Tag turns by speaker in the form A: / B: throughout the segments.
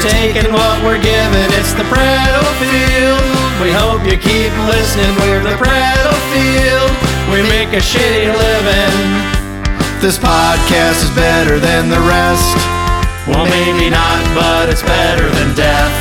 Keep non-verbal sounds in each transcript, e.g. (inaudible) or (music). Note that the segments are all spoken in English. A: taking what we're giving. It's the Prattle Field. We hope you keep listening. We're the Prattle Field. We make a shitty living. This podcast is better than the rest. Well, maybe not, but it's better than death.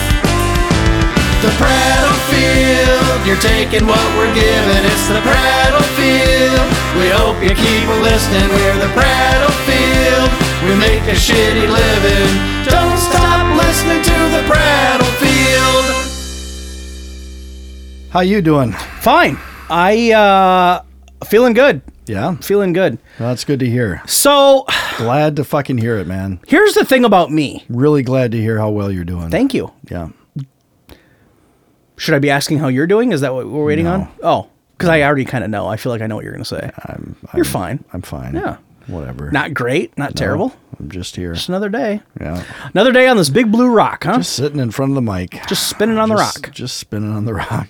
A: The Prattle Field. You're taking what we're giving. It's the Prattle Field. We hope you keep listening. We're the Prattle Field. We make a shitty living. Don't stop listening to the Prattle Field. How you doing?
B: Fine. I uh feeling good.
A: Yeah,
B: Feeling good.
A: that's good to hear.
B: So,
A: Glad to fucking hear it, man.
B: here's the thing about me.
A: Really glad to hear how well you're doing.
B: Thank you.
A: yeah.
B: Should I be asking how you're doing? Is that what we're waiting
A: No.
B: on? Oh, cuz I already kind of know. I feel like I know what you're going to say. you're fine.
A: I'm fine.
B: Yeah.
A: Whatever.
B: Not great, not terrible.
A: I'm just here.
B: Just another day.
A: Yeah.
B: Another day on this big blue rock, huh? Just,
A: Just sitting in front of the mic.
B: spinning on
A: Just-
B: the rock.
A: Just spinning on the rock.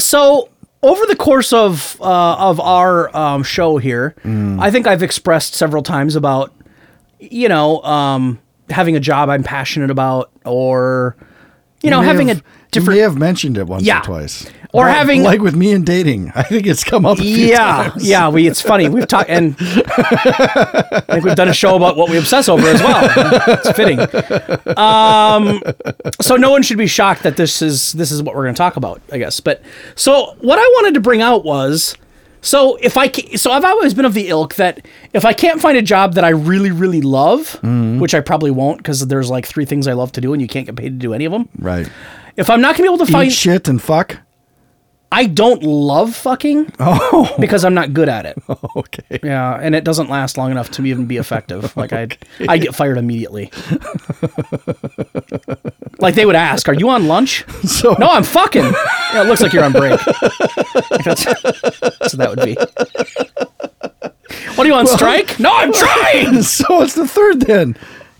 B: so over the course of uh, of our um, show here, I think I've expressed several times about you know um, having a job I'm passionate about, or you, know
A: may
B: having
A: have-
B: a different
A: You may have mentioned it once
B: Yeah.
A: or twice.
B: Or
A: Like-
B: having-
A: like with me and dating. (laughs) I think it's come up. A few
B: yeah,
A: times.
B: yeah. We it's funny we've talked and I think we've done a show about what we obsess over as well. It's fitting. Um, so no one should be shocked that this is this is what we're going to talk about, I guess. But so what I wanted to bring out was so if I ca- so I've always been of the ilk that if I can't find a job that I really really love,
A: Mm-hmm.
B: which I probably won't because there's like three things I love to do and you can't get paid to do any of them.
A: Right.
B: If I'm not going to be able to
A: Eat
B: find,
A: shit and fuck. (laughs)
B: I don't love fucking because I'm not good at it.
A: Oh, Okay.
B: Yeah, and it doesn't last long enough to even be
A: (laughs)
B: effective. Like I, I get fired immediately. like they would ask, "Are you on lunch?"
A: So
B: No, I'm fucking. Yeah, it looks like you're on break. Like, that's, (laughs) so that would be. What are you on strike? No, I'm
A: (laughs)
B: trying.
A: so what's the third then?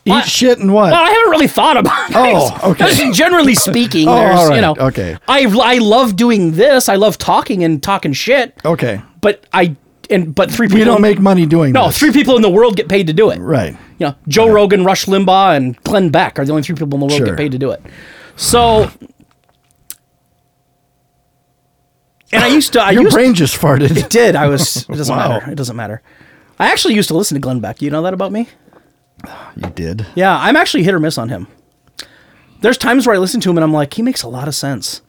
A: Eat
B: What?
A: shit and what?
B: Well, I haven't really thought about.
A: Oh,
B: things.
A: okay.
B: Just generally speaking,
A: Oh,
B: there's
A: all
B: you
A: right,
B: know,
A: okay.
B: I I love doing this. I love talking and talking shit.
A: okay.
B: But I and but three people
A: We don't make money doing
B: no
A: this.
B: three people in the world get paid to do it.
A: Right.
B: you know, Joe Rogan, Rush Limbaugh, and Glenn Beck are the only three people in the world who
A: Sure.
B: get paid to do it. So, and I used to, I
A: Your
B: used
A: brain just farted.
B: did. I was. It doesn't
A: Wow.
B: matter. It doesn't matter. I actually used to listen to Glenn Beck. You know that about me?
A: (laughs) you did.
B: Yeah, I'm actually hit or miss on him. There's times where I listen to him and I'm like, he makes a lot of sense.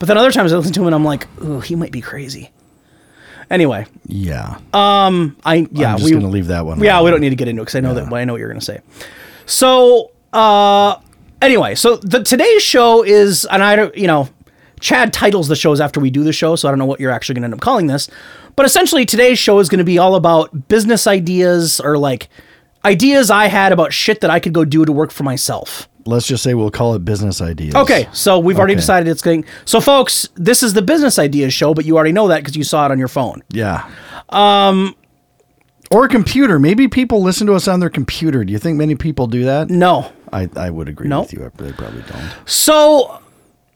B: But then other times I listen to him and I'm like, ooh, he might be crazy. Anyway,
A: Yeah.
B: I yeah,
A: I'm just
B: Uh, we,
A: gonna leave that one.
B: Yeah,
A: alone.
B: we don't need to get into it because I know that I know what you're going to say. So, uh, anyway, so the today's show is, and I don't, you know, Chad titles the shows after we do the show, so I don't know what you're actually going to end up calling this, but essentially today's show is going to be all about business ideas or like ideas I had about shit that I could go do to work for myself.
A: Let's just say we'll call it business ideas.
B: Okay, so we've already
A: Okay.
B: decided it's going. So, folks, this is the business ideas show, but you already know that because you saw it on your phone.
A: Yeah. Um, or a computer. Maybe people listen to us on their computer. Do you think many people do that?
B: No,
A: I, I would agree
B: No.
A: with you. They probably don't.
B: So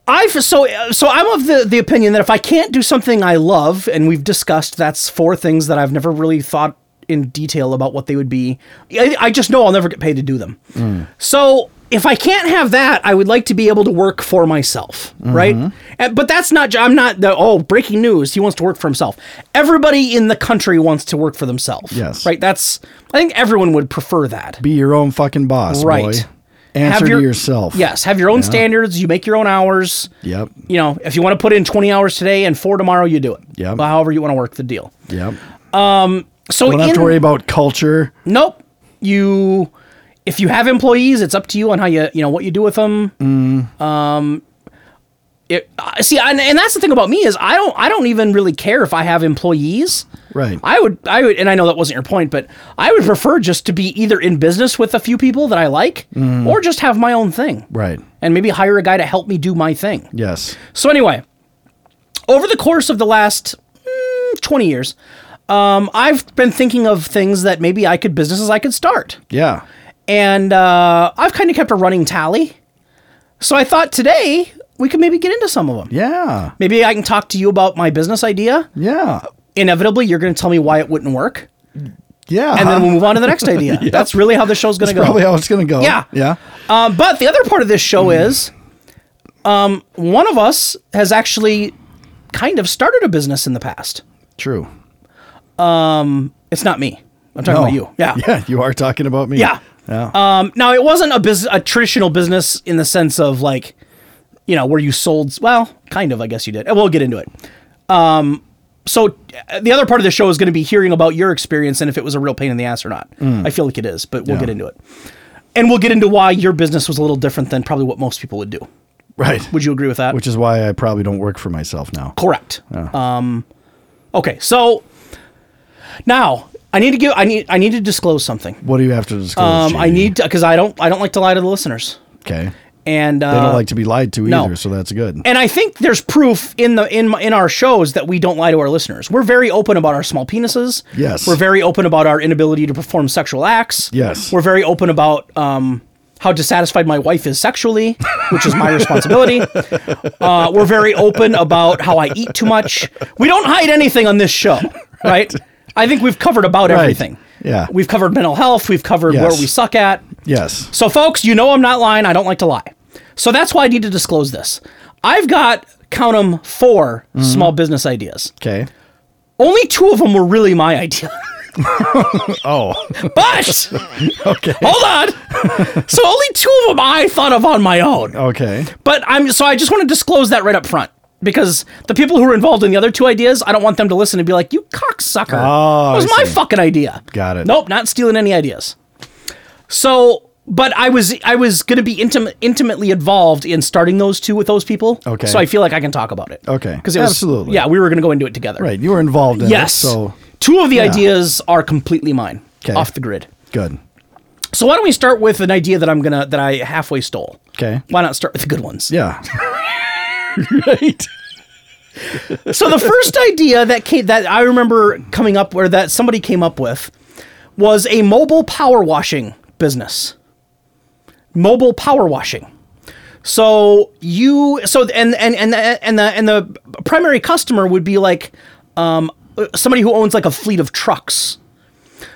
B: I've so so I'm of the the opinion that if I can't do something I love, and we've discussed that's four things that I've never really thought in detail about what they would be. I, I just know I'll never get paid to do them.
A: Mm.
B: So if I can't have that, I would like to be able to work for myself,
A: Mm-hmm.
B: right? And, but that's not. I'm not the oh breaking news. He wants to work for himself. Everybody in the country wants to work for themselves.
A: Yes.
B: right. That's I think everyone would prefer that
A: Be your own fucking boss,
B: Right.
A: boy.
B: Have
A: Answer
B: your-
A: to yourself.
B: Yes, have your own standards. You make your own hours.
A: Yep.
B: You know, if you want to put in 20 hours today and four tomorrow, you do it.
A: Yep.
B: But however you want to work the deal.
A: Yep.
B: So
A: Don't
B: in,
A: have to worry about culture.
B: nope. You, if you have employees, it's up to you on how you, you know, what you do with them. Um,
A: Mm.
B: it, I- see, and, and that's the thing about me is I don't, I don't even really care if I have employees.
A: Right.
B: I would, I would, and I know that wasn't your point, but I would prefer just to be either in business with a few people that I like, or just have my own thing.
A: Mm. right.
B: and maybe hire a guy to help me do my thing.
A: Yes.
B: So anyway, over the course of the last mm, 20 years, um, I've been thinking of things that maybe I could businesses I could start,
A: Yeah.
B: and uh, I've kind of kept a running tally. So I thought today we could maybe get into some of them.
A: Yeah.
B: Maybe I can talk to you about my business idea.
A: Yeah.
B: Inevitably, you're going to tell me why it wouldn't work.
C: Yeah.
B: and
A: Uh-huh.
B: then we'll move on to the
C: (laughs)
B: next idea. That's really how the show's going to go.
C: Probably how Mm. it's going to go.
B: Yeah.
C: Yeah.
B: Um, but the other part of this show is um, one of us has actually kind of started a business in the past.
C: True.
B: It's not me. I'm talking about you. Yeah.
C: (laughs) Yeah. You are talking about me.
B: Yeah.
C: Yeah.
B: Um, now it wasn't a bus- a traditional business in the sense of like, you know, where you sold. Well, kind of, I guess you did. We'll get into it. Um, so uh, the other part of the show is going to be hearing about your experience and if it was a real pain in the ass or not. I feel like it is, but we'll
C: Mm. Yeah.
B: get into it. And we'll get into why your business was a little different than probably what most people would do.
C: right.
B: Would you agree with that?
C: Which is why I probably don't work for myself now.
B: Correct. Um, okay, so now I need to give I need I need to disclose something.
C: What do you have to disclose?
B: Um, I
C: JD?
B: need because I don't I don't like to lie to the listeners,
C: Okay.
B: and uh,
C: They don't like to be lied to
B: no.
C: either, so that's good.
B: and I think there's proof in the in my- in our shows that we don't lie to our listeners. We're very open about our small penises.
C: Yes.
B: We're very open about our inability to perform sexual acts.
C: Yes.
B: We're very open about um, how dissatisfied my wife is sexually, which is
C: (laughs)
B: my responsibility. Uh, we're very open about how I eat too much. We don't hide anything on this
C: (laughs)
B: show, right? I think we've covered about everything.
C: Yeah.
B: We've covered mental health. We've covered
C: Yes.
B: where we suck at.
C: yes.
B: So, folks, you know I'm not lying. I don't like to lie. So that's why I need to disclose this. I've got, count 'em, 4 small business ideas.
C: Okay.
B: Only two of them were really my idea.
C: Oh.
B: But
C: Okay.
B: hold on. So only two of them I thought of on my own.
C: (laughs) Okay.
B: But I'm so I just want to disclose that right up front because the people who were involved in the other two ideas, I don't want them to listen and be like, "You cocksucker."
C: Oh,
B: that was
C: I
B: my
C: see.
B: fucking idea.
C: Got it.
B: Nope, not stealing any ideas. So, but I was I was going to be intimate, intimately involved in starting those two with those people.
C: Okay.
B: So I feel like I can talk about it.
C: Okay.
B: Because it was
C: Absolutely.
B: Yeah, we were going to go into it together.
C: Right. You were involved in it,
B: Yes.
C: so
B: two of the ideas are completely mine,
C: 'Kay.
B: off the grid.
C: good.
B: So why don't we start with an idea that I'm gonna that I halfway stole?
C: 'Kay.
B: Why not start with the good ones?
C: Yeah. (laughs) right.
B: So the first idea that came, that I remember coming up or that somebody came up with was a mobile power washing business. Mobile power washing. So you so and and and the, and the and the primary customer would be like um, somebody who owns like a fleet of trucks.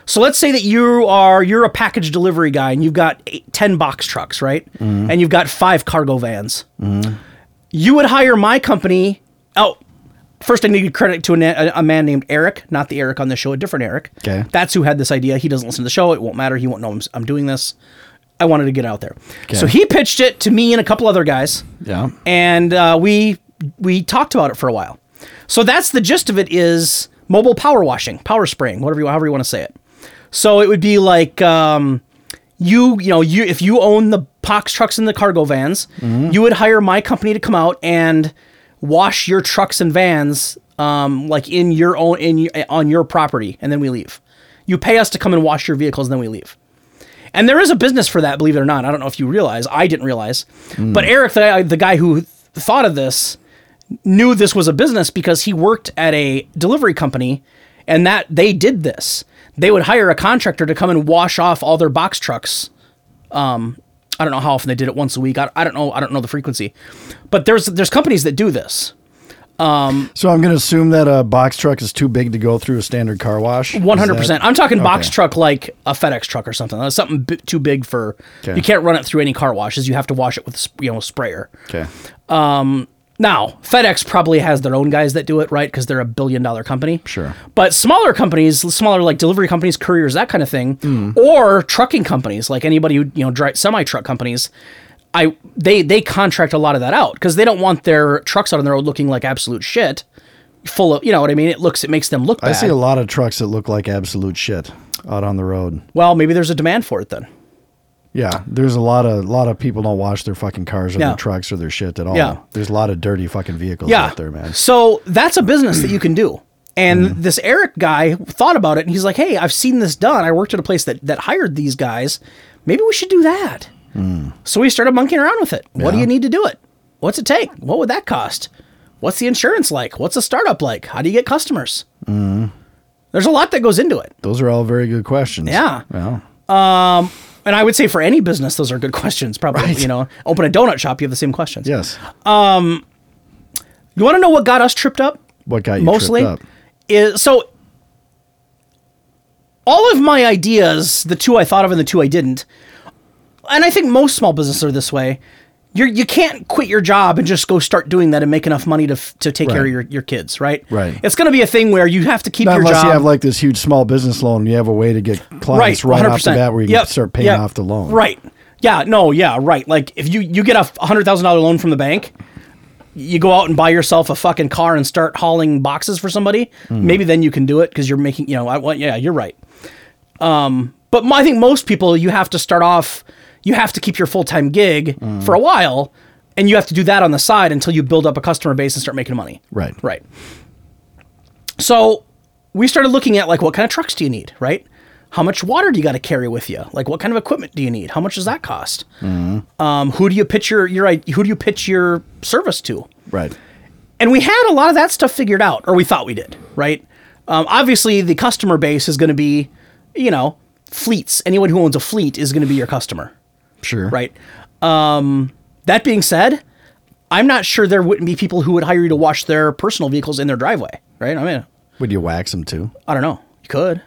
B: So let's say that you are you're a package delivery guy and you've got eight, 10 box trucks, right? And you've got 5 cargo vans. You would hire my company. Oh, first I need to give credit to a, na- a man named Eric, not the Eric on the show, a different Eric.
C: Okay.
B: That's who had this idea. He doesn't listen to the show. It won't matter. He won't know I'm, s- I'm doing this. I wanted to get out there. So he pitched it to me and a couple other guys
C: Yeah.
B: and uh, we we talked about it for a while. So that's the gist of it: is mobile power washing, power spraying, whatever you however you want to say it. So it would be like um, you you know you if you own the box trucks and the cargo vans, you would hire my company to come out and wash your trucks and vans um, like in your own in y- on your property, and then we leave. You pay us to come and wash your vehicles, and then we leave. And there is a business for that, believe it or not. I don't know if you realize. I didn't realize.
C: Hmm.
B: But Eric, the, the guy who thought of this, knew this was a business because he worked at a delivery company and that they did this. They would hire a contractor to come and wash off all their box trucks. Um, I don't know how often they did it once a week. I, I don't know. I don't know the frequency, but there's there's companies that do this.
C: So I'm going to assume that a box truck is too big to go through a standard car wash. Is
B: One hundred percent.
C: that-
B: I'm talking box
C: okay.
B: truck like a FedEx truck or something. That's something bi- too big for.
C: Okay.
B: You can't run it through any car washes. You have to wash it with a sp- you know a sprayer.
C: Okay.
B: Now, FedEx probably has their own guys that do it, right? Because they're a billion dollar company.
C: Sure.
B: But smaller companies, smaller like delivery companies, couriers, that kind of thing, or trucking companies, like anybody who, you know, drive semi truck companies, I they they contract a lot of that out because they don't want their trucks out on the road looking like absolute shit, full of, you know what I mean? It looks, it makes them look bad.
C: I see a lot of trucks that look like absolute shit out on the road.
B: well, maybe there's a demand for it then.
C: Yeah, there's a lot of lot of people don't wash their fucking cars or
B: Yeah.
C: their trucks or their shit at all.
B: Yeah.
C: There's a lot of dirty fucking vehicles
B: yeah.
C: out there, man. Mm-hmm.
B: So that's a business that you can do. And this Eric guy thought about it and he's like, hey, I've seen this done. I worked at a place that, that hired these guys. Maybe we should do that. So we started monkeying around with it. What do
C: Mm. Yeah.
B: you need to do it? What's it take? What would that cost? What's the insurance like? What's a startup like? How do you get customers?
C: Mm-hmm.
B: There's a lot that goes into it.
C: Those are all very good questions.
B: Yeah.
C: Well,
B: And I would say for any business, those are good (laughs) questions, probably. You know, open a donut shop, you have the same questions.
C: yes.
B: You want to know what got us tripped up?
C: What got you
B: mostly
C: tripped up?
B: is so all of my ideas, the two I thought of and the two I didn't, and I think most small businesses are this way. You're, you can't quit your job and just go start doing that and make enough money to, f- to take care of
C: Right.
B: your, your kids, right?
C: Right.
B: It's going to be a thing where you have to keep
C: Not
B: your
C: unless
B: job.
C: you have like this huge small business loan, you have a way to get clients right, off the
B: 100%.
C: bat where you
B: Yep,
C: can start paying
B: yep,
C: off the loan.
B: Right. Yeah. No. Yeah. Right. Like if you you get a hundred thousand dollar loan from the bank, you go out and buy yourself a fucking car and start hauling boxes for somebody.
C: Mm-hmm.
B: Maybe then you can do it because you're making. You know. I want. Yeah. You're right. Um. But my, I think most people you have to start off. You have to keep your full time gig for a while, and you have to do that on the side until you build up a customer base and start making money.
C: Right.
B: Right. So we started looking at like what kind of trucks do you need, right? How much water do you got to carry with you? Like what kind of equipment do you need? How much does that cost? Um, who do you pitch your your i- who do you pitch your service to?
C: Right.
B: And we had a lot of that stuff figured out, or we thought we did, right? Um, obviously, the customer base is going to be, you know, fleets. Anyone who owns a fleet is going to be your customer,
C: Sure.
B: right? Um, that being said, I'm not sure there wouldn't be people who would hire you to wash their personal vehicles in their driveway, right? I mean,
C: Would you wax them too?
B: I don't know. You could.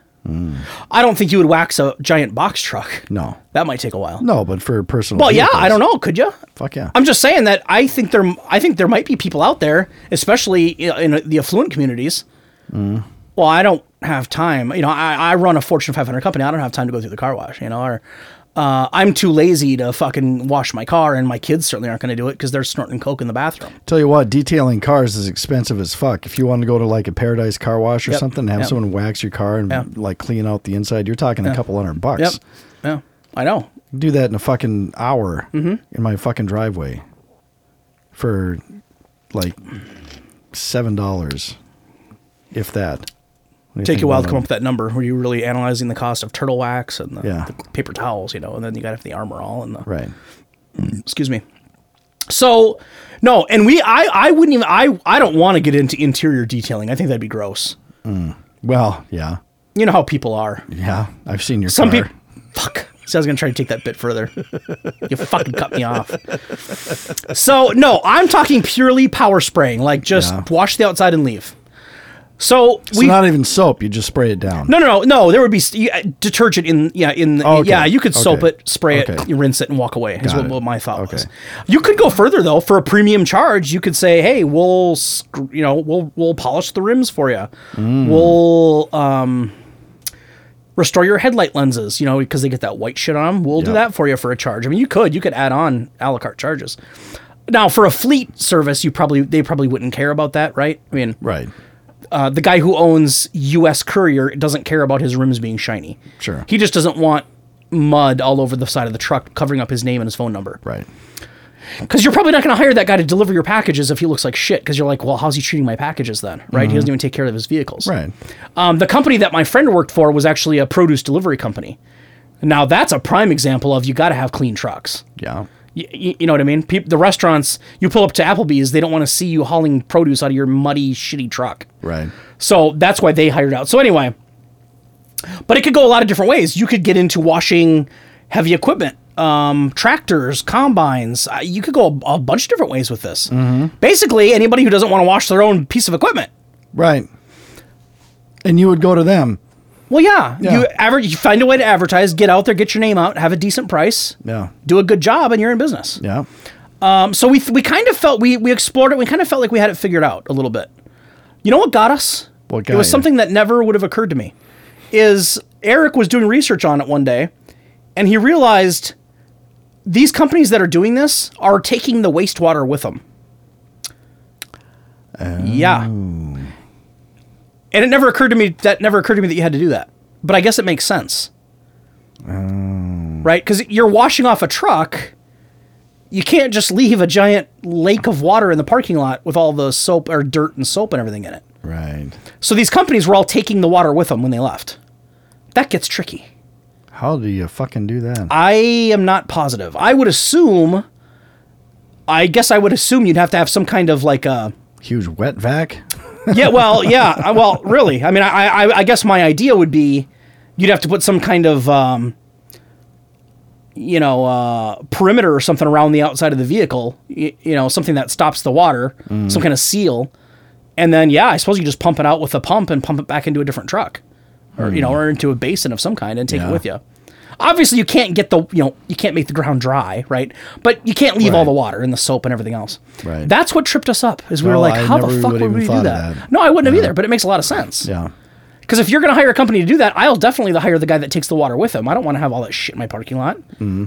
B: I don't think you would wax a giant box truck.
C: Hmm. No.
B: That might take a while.
C: No, but for personal.
B: Well, yeah,
C: vehicles.
B: I don't know. Could you?
C: Fuck yeah.
B: I'm just saying that I think there I think there might be people out there, especially in in the affluent communities. Well, I don't have time. You know, I, I run a Fortune 500 company. I don't have time to go through the car wash, you know, or uh, I'm too lazy to fucking wash my car, and my kids certainly aren't going to do it because they're snorting coke in the bathroom.
C: Tell you what, detailing cars is expensive as fuck. If you want to go to like a Paradise Car Wash or
B: Yep.
C: something, have
B: Yep.
C: someone wax your car and
B: Yeah.
C: like clean out the inside, you're talking a couple hundred bucks.
B: Yep. Yeah, I know.
C: do that in a fucking hour
B: Mm-hmm.
C: in my fucking driveway for like seven dollars, if that. What do you
B: take
C: think
B: you a while to
C: about
B: come up with that number. Were you really analyzing the cost of turtle wax and the,
C: Yeah.
B: the paper towels, you know, and then you got to have the armor all and the
C: that? Right.
B: excuse me. So no, and we I I wouldn't even I I don't want to get into interior detailing. I think that'd be gross.
C: Well, yeah,
B: You know how people are.
C: yeah. I've seen your
B: Some
C: car.
B: people fuck. See, I was gonna try to take that bit further. you fucking cut me off. So no, I'm talking purely power spraying, like just
C: Yeah.
B: wash the outside and leave. So
C: It's
B: we
C: not even soap. You just spray it down.
B: No, no, no, no. There would be st- yeah, detergent in yeah in
C: Oh, okay.
B: yeah. You could soap
C: Okay.
B: it, spray
C: Okay.
B: it, you rinse it, and walk away. Is
C: Got
B: what,
C: it.
B: what my thought
C: Okay.
B: was. You could go further though. For a premium charge, you could say, "Hey, we'll sc- you know we'll we'll polish the rims for you.
C: Mm.
B: We'll um restore your headlight lenses. You know because they get that white shit on them. We'll do
C: Yep.
B: that for you for a charge. I mean, you could you could add on a la carte charges. Now for a fleet service, you probably they probably wouldn't care about that, right? I mean,
C: Right.
B: uh, the guy who owns U.S. Courier doesn't care about his rims being shiny.
C: Sure.
B: He just doesn't want mud all over the side of the truck covering up his name and his phone number.
C: Right.
B: Because you're probably not going to hire that guy to deliver your packages if he looks like shit. Because you're like, well, how's he treating my packages then? Right? He doesn't even take care of his vehicles.
C: Mm-hmm. Right.
B: Um, the company that my friend worked for was actually a produce delivery company. Now that's a prime example of you got to have clean trucks.
C: Yeah.
B: Y- y- you know what I mean? Peop the restaurants you pull up to Applebee's, they don't want to see you hauling produce out of your muddy, shitty truck.
C: Right.
B: So that's why they hired out. So anyway, but it could go a lot of different ways. You could get into washing heavy equipment, um, tractors, combines. Uh, You could go a, a bunch of different ways with this. Basically, anybody who doesn't want to wash their own piece of equipment.
C: Right. And you would go to them.
B: Well, yeah,
C: Yeah.
B: you aver you find a way to advertise, get out there, get your name out, have a decent price,
C: Yeah.
B: do a good job, and you're in business.
C: Yeah.
B: Um, so we th- we kind of felt we we explored it. We kind of felt like we had it figured out a little bit. You know what got us?
C: What
B: it
C: got
B: was
C: you?
B: something that never would have occurred to me. Is Eric was doing research on it one day, and he realized these companies that are doing this are taking the wastewater with them.
C: Oh.
B: Yeah. And it never occurred to me that never occurred to me that you had to do that. But I guess it makes sense.
C: Oh.
B: Right? Cuz you're washing off a truck. You can't just leave a giant lake of water in the parking lot with all the soap or dirt and soap and everything in it.
C: Right.
B: So these companies were all taking the water with them when they left. That gets tricky.
C: How do you fucking do that?
B: I am not positive. I would assume. I guess I would assume you'd have to have some kind of like a.
C: Huge wet vac.
B: Yeah, well, yeah, I- well, really. I mean, I, I, I guess my idea would be, you'd have to put some kind of, um, you know, uh, perimeter or something around the outside of the vehicle. You, you know, something that stops the water,
C: Mm.
B: some kind of seal, and then yeah, I suppose you just pump it out with a pump and pump it back into a different truck. or you know, or into a basin of some kind and take
C: Mm. Yeah.
B: it with you. Obviously, you can't get the you know you can't make the ground dry, right? But you can't leave all
C: Right.
B: the water and the soap and everything else.
C: Right.
B: That's what tripped us up. Is we were
C: No,
B: like,
C: I
B: how
C: never
B: the fuck
C: would
B: would
C: even
B: we do
C: thought of
B: that?
C: that.
B: No, I wouldn't have either. But it makes a lot of sense.
C: Yeah.
B: Because if you're going to hire a company to do that, I'll definitely hire the guy that takes the water with him. I don't want to have all that shit in my parking lot.
C: Mm-hmm.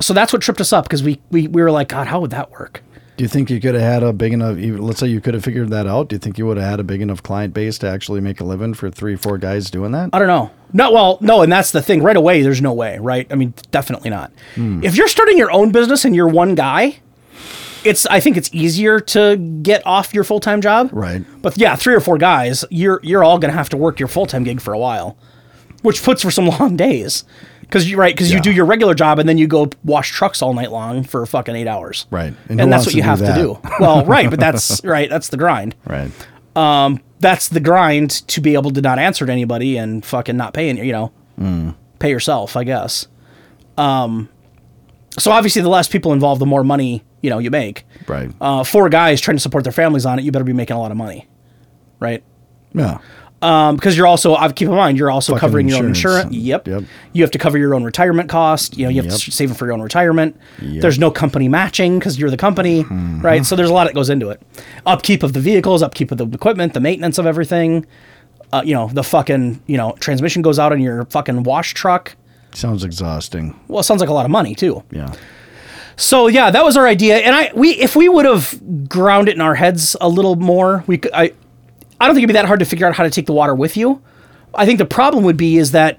B: So that's what tripped us up because we, we we were like, God, how would that work?
C: Do you think you could have had a big enough? even- Let's say you could have figured that out. Do you think you would have had a big enough client base to actually make a living for three, four guys doing that?
B: I don't know. No, well, no, and that's the thing. Right away, there's no way, right? I mean, definitely not.
C: Hmm.
B: If you're starting your own business and you're one guy, it's I think it's easier to get off your full time job.
C: Right.
B: But yeah, three or four guys, you're you're all gonna have to work your full time gig for a while, which puts for some (laughs) long days. Because you right, because
C: Yeah.
B: you do your regular job and then you go wash trucks all night long for fucking eight hours.
C: Right. And
B: And,
C: who wants
B: that's what
C: to
B: you
C: do
B: have
C: that?
B: to do. Well, right,
C: (laughs)
B: but that's right. That's the grind
C: Right.
B: that's the grind to be able to not answer to anybody and fucking not pay any, you know, pay yourself, I guess. Um, so obviously, the less people involved, the more money you know you make.
C: Right.
B: Uh, four guys trying to support their families on it, you better be making a lot of money, right?
C: yeah.
B: Um, because you're also, I keep in mind, you're also
C: Fucking
B: covering your own
C: insurance.
B: insurance. Yep.
C: Yep.
B: You have to cover your own retirement cost. You know, you have
C: Yep.
B: to save for your own retirement.
C: Yep. Mm-hmm.
B: There's no company matching because you're the company, right? So there's a lot that goes into it. Upkeep of the vehicles, upkeep of the equipment, the maintenance of everything. Uh, you know, the fucking you know transmission goes out on your fucking wash truck.
C: Sounds exhausting.
B: Well, it sounds like a lot of money too.
C: Yeah.
B: So yeah, that was our idea, and I we if we would have ground it in our heads a little more, we could, I I don't think it'd be that hard to figure out how to take the water with you. I think the problem would be is that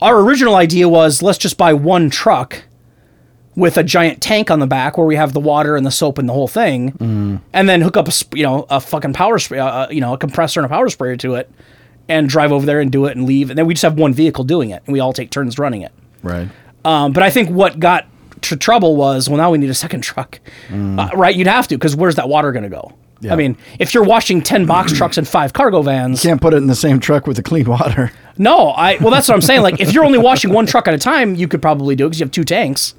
B: our original idea was let's just buy one truck with a giant tank on the back where we have the water and the soap and the whole thing, and then hook up a sp- you know a fucking power spray, uh, uh, you know a compressor and a power sprayer to it, and drive over there and do it and leave, and then we just have one vehicle doing it, and we all take turns running it.
C: Right.
B: Um, but I think what got to trouble was, well, now we need a second truck, uh, right? You'd have to because where's that water going to go?
C: Mm. Yeah.
B: I mean, if you're washing ten
C: (clears throat)
B: box trucks and five cargo vans,
C: Can't put it in the same truck with the clean water.
B: no, I well, that's what I'm saying. Like, if you're only washing one truck at a time, you could probably do it because you have two tanks,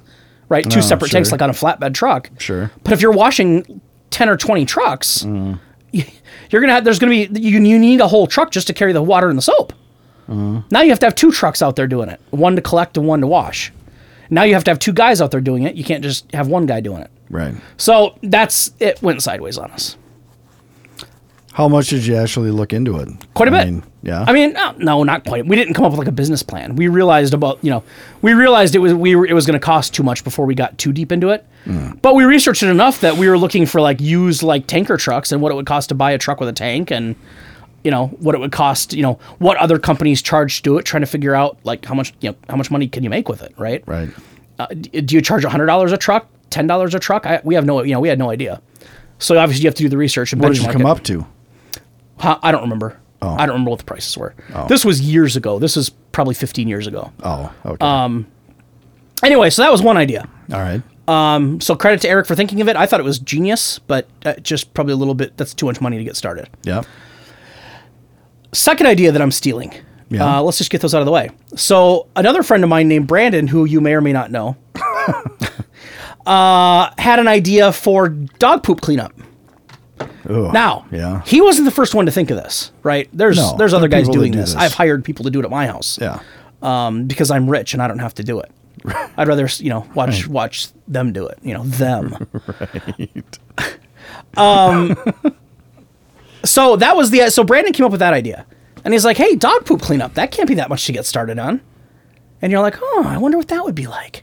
B: right? Two
C: No,
B: separate tanks,
C: Oh, sure.
B: like on a flatbed truck.
C: Sure.
B: But if you're washing ten or twenty trucks, you- you're gonna have there's gonna be you, you need a whole truck just to carry the water and the soap. Now you have to have two trucks out there doing it, one to collect and one to wash. Now you have to have two guys out there doing it. You can't just have one guy doing it.
C: Right.
B: So that's it. Went sideways on us
C: How much did you actually look into it?
B: quite a
C: I
B: bit.
C: mean, yeah.
B: I mean, no, no, not quite. We didn't come up with like a business plan. We realized about you know, we realized it was we were, it was going to cost too much before we got too deep into it.
C: Mm.
B: But we researched it enough that we were looking for like used like tanker trucks and what it would cost to buy a truck with a tank and you know what it would cost. You know what other companies charge to do it, trying to figure out like how much you know how much money can you make with it, right?
C: Right.
B: uh, d- do you charge hundred dollars a truck, ten dollars a truck? I, we have no, you know, we had no idea. So obviously you have to do the research and
C: What did you
B: benchmark
C: come
B: it.
C: up to?
B: Huh, I don't remember.
C: Oh.
B: I don't remember what the prices were. This was years ago. This is probably 15 years ago.
C: Oh, okay.
B: Anyway, so that was one idea.
C: All right.
B: So credit to Eric for thinking of it. I thought it was genius, but uh, just probably a little bit. That's too much money to get started.
C: Yep.
B: Second idea that I'm stealing.
C: Yeah.
B: Uh, let's just get those out of the way. So another friend of mine named Brandon, who you may or may not
C: (laughs)
B: know, uh, had an idea for dog poop cleanup.
C: Ugh.
B: Now,
C: Yeah.
B: he wasn't the first one to think of this, right? There's
C: No,
B: there's
C: there
B: other
C: are
B: guys
C: people that
B: doing
C: do
B: this.
C: this.
B: I've hired people to do it at my house.
C: Yeah.
B: um, because I'm rich and I don't have to do it. I'd rather you know watch watch them do it. You know them. (laughs) Um, So that was the so Brandon came up with that idea, and he's like, "Hey, dog poop cleanup. That can't be that much to get started on." And you're like, "Oh, I wonder what that would be like."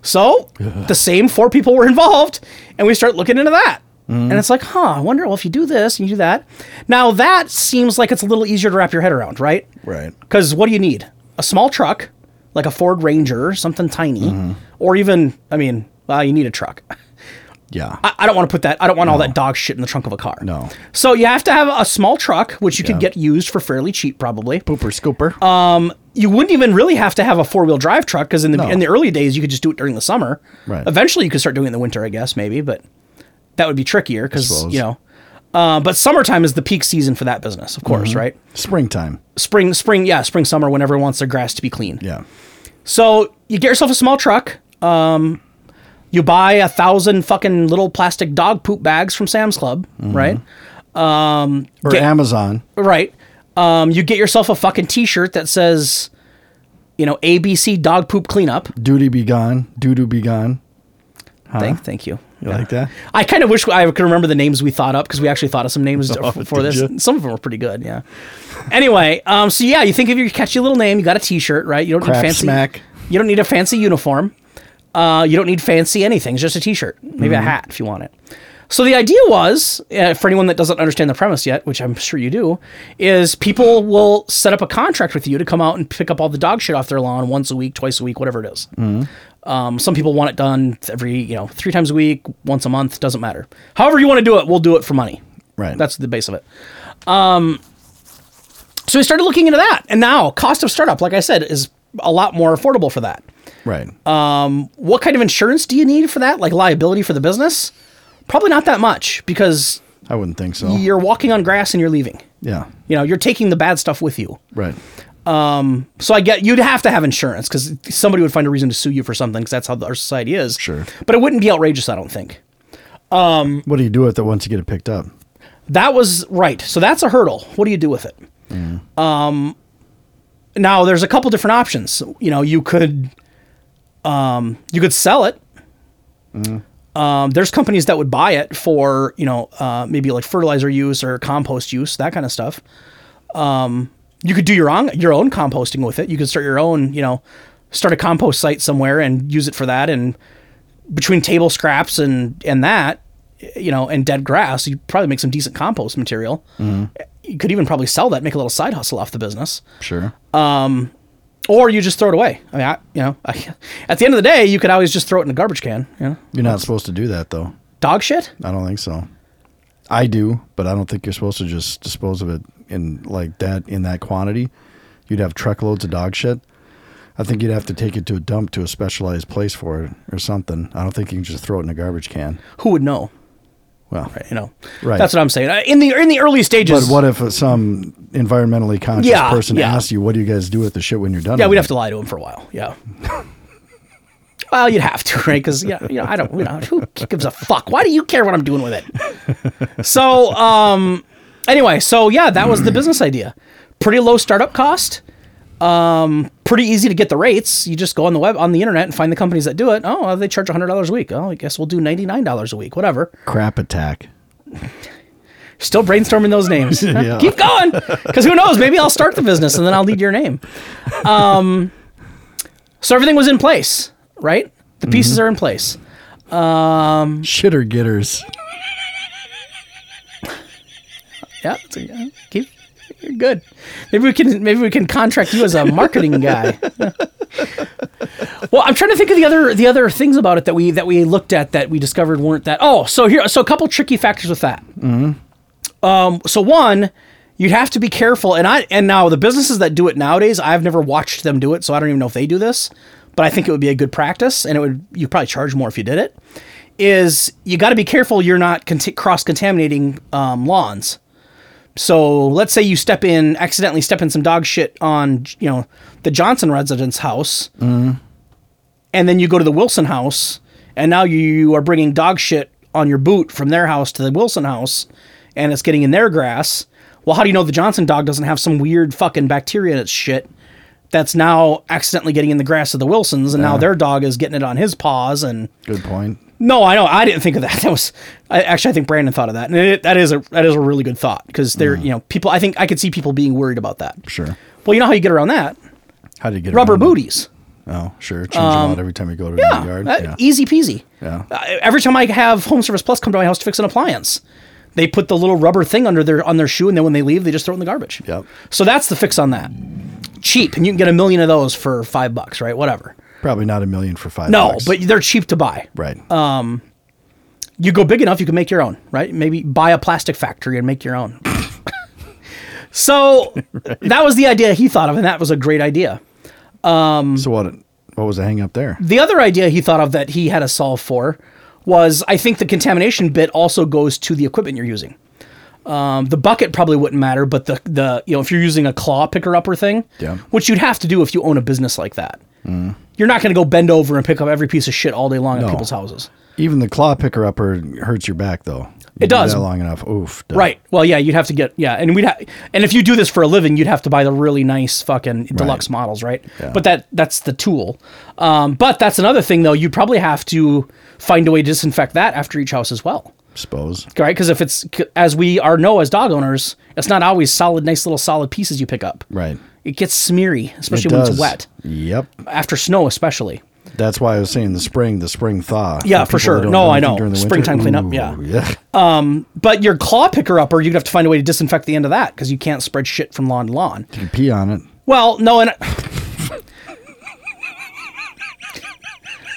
B: So the same four people were involved, and we start looking into that. And it's like, huh, I wonder, well, if you do this and you do that. Now, that seems like it's a little easier to wrap your head around, right?
C: Right.
B: Because what do you need? A small truck, like a Ford Ranger, something tiny,
C: Mm-hmm.
B: or even, I mean, well, you need a truck.
C: Yeah.
B: I, I don't want to put that, I don't want all that dog shit in the trunk of a car.
C: No.
B: So you have to have a small truck, which you
C: Yeah.
B: could get used for fairly cheap, probably.
C: Pooper scooper.
B: You wouldn't even really have to have a four wheel drive truck because in the
C: No.
B: in the early days you could just do it during the summer.
C: Right.
B: Eventually you could start doing it in the winter, I guess, maybe, but that would be trickier because
C: suppose.
B: you know. Uh, but summertime is the peak season for that business, of
C: Mm-hmm.
B: course, right?
C: Springtime.
B: Spring, spring, yeah, spring, summer, when everyone wants their grass to be clean.
C: Yeah.
B: So you get yourself a small truck. Um, you buy a thousand fucking little plastic
C: Mm-hmm.
B: dog poop bags from Sam's Club, right?
C: Or
B: Get-
C: Amazon.
B: Right. Um, you get yourself a fucking T-shirt that says, you know, ABC dog poop cleanup.
C: Duty be gone. Doo doo be gone.
B: Thank, thank you.
C: You like that?
B: I kind of wish I could remember the names we thought up because we actually thought of some names
C: (laughs) Oh,
B: for
C: did
B: this.
C: ya?
B: Some of them were pretty good, yeah. anyway, um, so yeah, you think of your catchy little name. You got a T-shirt, right? You don't need
C: Crap
B: fancy.
C: smack.
B: You don't need a fancy uniform. Uh, you don't need fancy anything. It's just a T-shirt, maybe a
C: Mm-hmm.
B: hat if you want it. So the idea was, uh, for anyone that doesn't understand the premise yet, which I'm sure you do, is people will set up a contract with you to come out and pick up all the dog shit off their lawn once a week, twice a week, whatever it is. Um, some people want it done every, you know, three times a week, once a month, doesn't matter. However you want to do it, we'll do it for money.
C: Right.
B: That's the base of it. Um, so we started looking into that, and now cost of startup, like I said, is a lot more affordable for that.
C: right.
B: What kind of insurance do you need for that? Like liability for the business? Probably not that much because
C: I wouldn't think so.
B: you're walking on grass and you're leaving.
C: Yeah.
B: You know, you're taking the bad stuff with you.
C: (laughs) Right.
B: So I get you'd have to have insurance because somebody would find a reason to sue you for something because that's how our society is.
C: Sure.
B: But it wouldn't be outrageous, I don't think.
C: What do you do with it once you get it picked up?
B: That was right. So that's a hurdle. What do you do with it? Um, now there's a couple different options. You know, you could, um, you could sell it. Um, there's companies that would buy it for you know uh, maybe like fertilizer use or compost use that kind of stuff. Um, you could do your own your own composting with it. You could start your own you know start a compost site somewhere and use it for that. And between table scraps and and that you know and dead grass, you probably make some decent compost material.
C: Mm-hmm.
B: You could even probably sell that, make a little side hustle off the business
C: Sure.
B: or you just throw it away. I mean, I, you know, I, (laughs) at the end of the day, you could always just throw it in a garbage can. You know,
C: You're not supposed to do that though.
B: dog shit.
C: I don't think so. I do, but I don't think you're supposed to just dispose of it in like that in that quantity. You'd have truckloads of dog shit. I think you'd have to take it to a dump to a specialized place for it or something. I don't think you can just throw it in a garbage can.
B: Who would know?
C: Well,
B: You know,
C: Right.
B: That's what I'm saying. I- In the in the early
C: but
B: stages,
C: what if some environmentally conscious
B: Yeah,
C: person
B: yeah.
C: asks you, "What do you guys do with the shit when you're done?"
B: yeah,
C: with
B: we'd
C: it?"
B: have to lie to him for a while. Yeah. (laughs) well, you'd have to, right? Because yeah, you know, I don't. You know, who gives a fuck? Why do you care what I'm doing with it? So, um, anyway, so yeah, that was the business idea. Pretty low startup cost. um, pretty easy to get the rates. You just go on the web on the internet and find the companies that do it. Oh, well, they charge hundred dollars a week. Oh, I guess we'll do ninety nine dollars a week. Whatever.
C: crap attack.
B: Still brainstorming those names.
C: Yeah.
B: Keep going, because who knows? Maybe I'll start the business and then I'll need your name. Um, so everything was in place, right? The pieces are in place.
C: Shitter getters.
B: Yeah, it's a- keep. You're good. Maybe we can maybe we can contract you as a marketing guy. well, I'm trying to think of the other the other things about it that we that we looked at that we discovered weren't that. Oh, so here so a couple tricky factors with that. Um, so one, you'd have to be careful, and I and now the businesses that do it nowadays, I've never watched them do it, so I don't even know if they do this, but I think it would be a good practice, and it would you'd probably charge more if you did it. Is you got to be careful you're not conti- cross contaminating um, lawns. So let's say you step in, accidentally step in some dog shit on, you know, the Johnson residence house, and then you go to the Wilson house, and now you, you are bringing dog shit on your boot from their house to the Wilson house, and it's getting in their grass. Well, how do you know the Johnson dog doesn't have some weird fucking bacteria in its shit that's now accidentally getting in the grass of the Wilsons, and now their dog is getting it on his paws and.
C: Good point.
B: No, I know. I didn't think of that. (laughs) That was I, actually I think Brandon thought of that, and it, that is a that is a really good thought because there you know people. I think I could see people being worried about that.
C: Sure.
B: Well, you know how you get around that?
C: How do you get
B: Rubber
C: around it?
B: booties.
C: Oh, sure. Change them out every time you go to the
B: Yeah,
C: yard.
B: that- easy peasy.
C: Yeah.
B: Uh, every time I have Home Service Plus come to my house to fix an appliance, they put the little rubber thing under their on their shoe, and then when they leave, they just throw it in the garbage.
C: Yep.
B: So that's the fix on that. Cheap, and you can get a million of those for five bucks, right? Whatever.
C: Probably not a million for five.
B: No,
C: bucks.
B: but they're cheap to buy.
C: right.
B: you go big enough, you can make your own, right? Maybe buy a plastic factory and make your own. (laughs) so that was the idea he thought of, and that was a great idea.
C: so what? What was the hang up there?
B: The other idea he thought of that he had to solve for was I think the contamination bit also goes to the equipment you're using. Um, the bucket probably wouldn't matter, but the the you know if you're using a claw picker upper thing,
C: Yeah.
B: which you'd have to do if you own a business like that, you're not going to go bend over and pick up every piece of shit all day long at people's houses.
C: Even the claw picker upper hurts your back though. You
B: It
C: do
B: does.
C: that long enough. Oof. duh.
B: Right. Well, yeah, you'd have to get yeah, and we'd ha- and if you do this for a living, you'd have to buy the really nice fucking deluxe models, right? But that that's the tool. Um, but that's another thing though. You'd probably have to find a way to disinfect that after each house as well,
C: Suppose.
B: right? Because if it's c- as we are know as dog owners, it's not always solid, nice little solid pieces you pick up.
C: Right.
B: It gets smeary, especially
C: It
B: when
C: does.
B: it's wet
C: Yep.
B: after snow, especially.
C: That's why I was saying the spring, the spring thaw.
B: Yeah, for
C: people
B: sure.
C: that don't
B: No, I
C: anything
B: know.
C: during the winter,
B: Springtime cleanup,
C: ooh,
B: yeah.
C: Yeah.
B: But your claw picker upper, you'd have to find a way to disinfect the end of that because you can't spread shit from lawn to lawn.
C: You pee
B: (laughs)
C: on it.
B: Well, no, and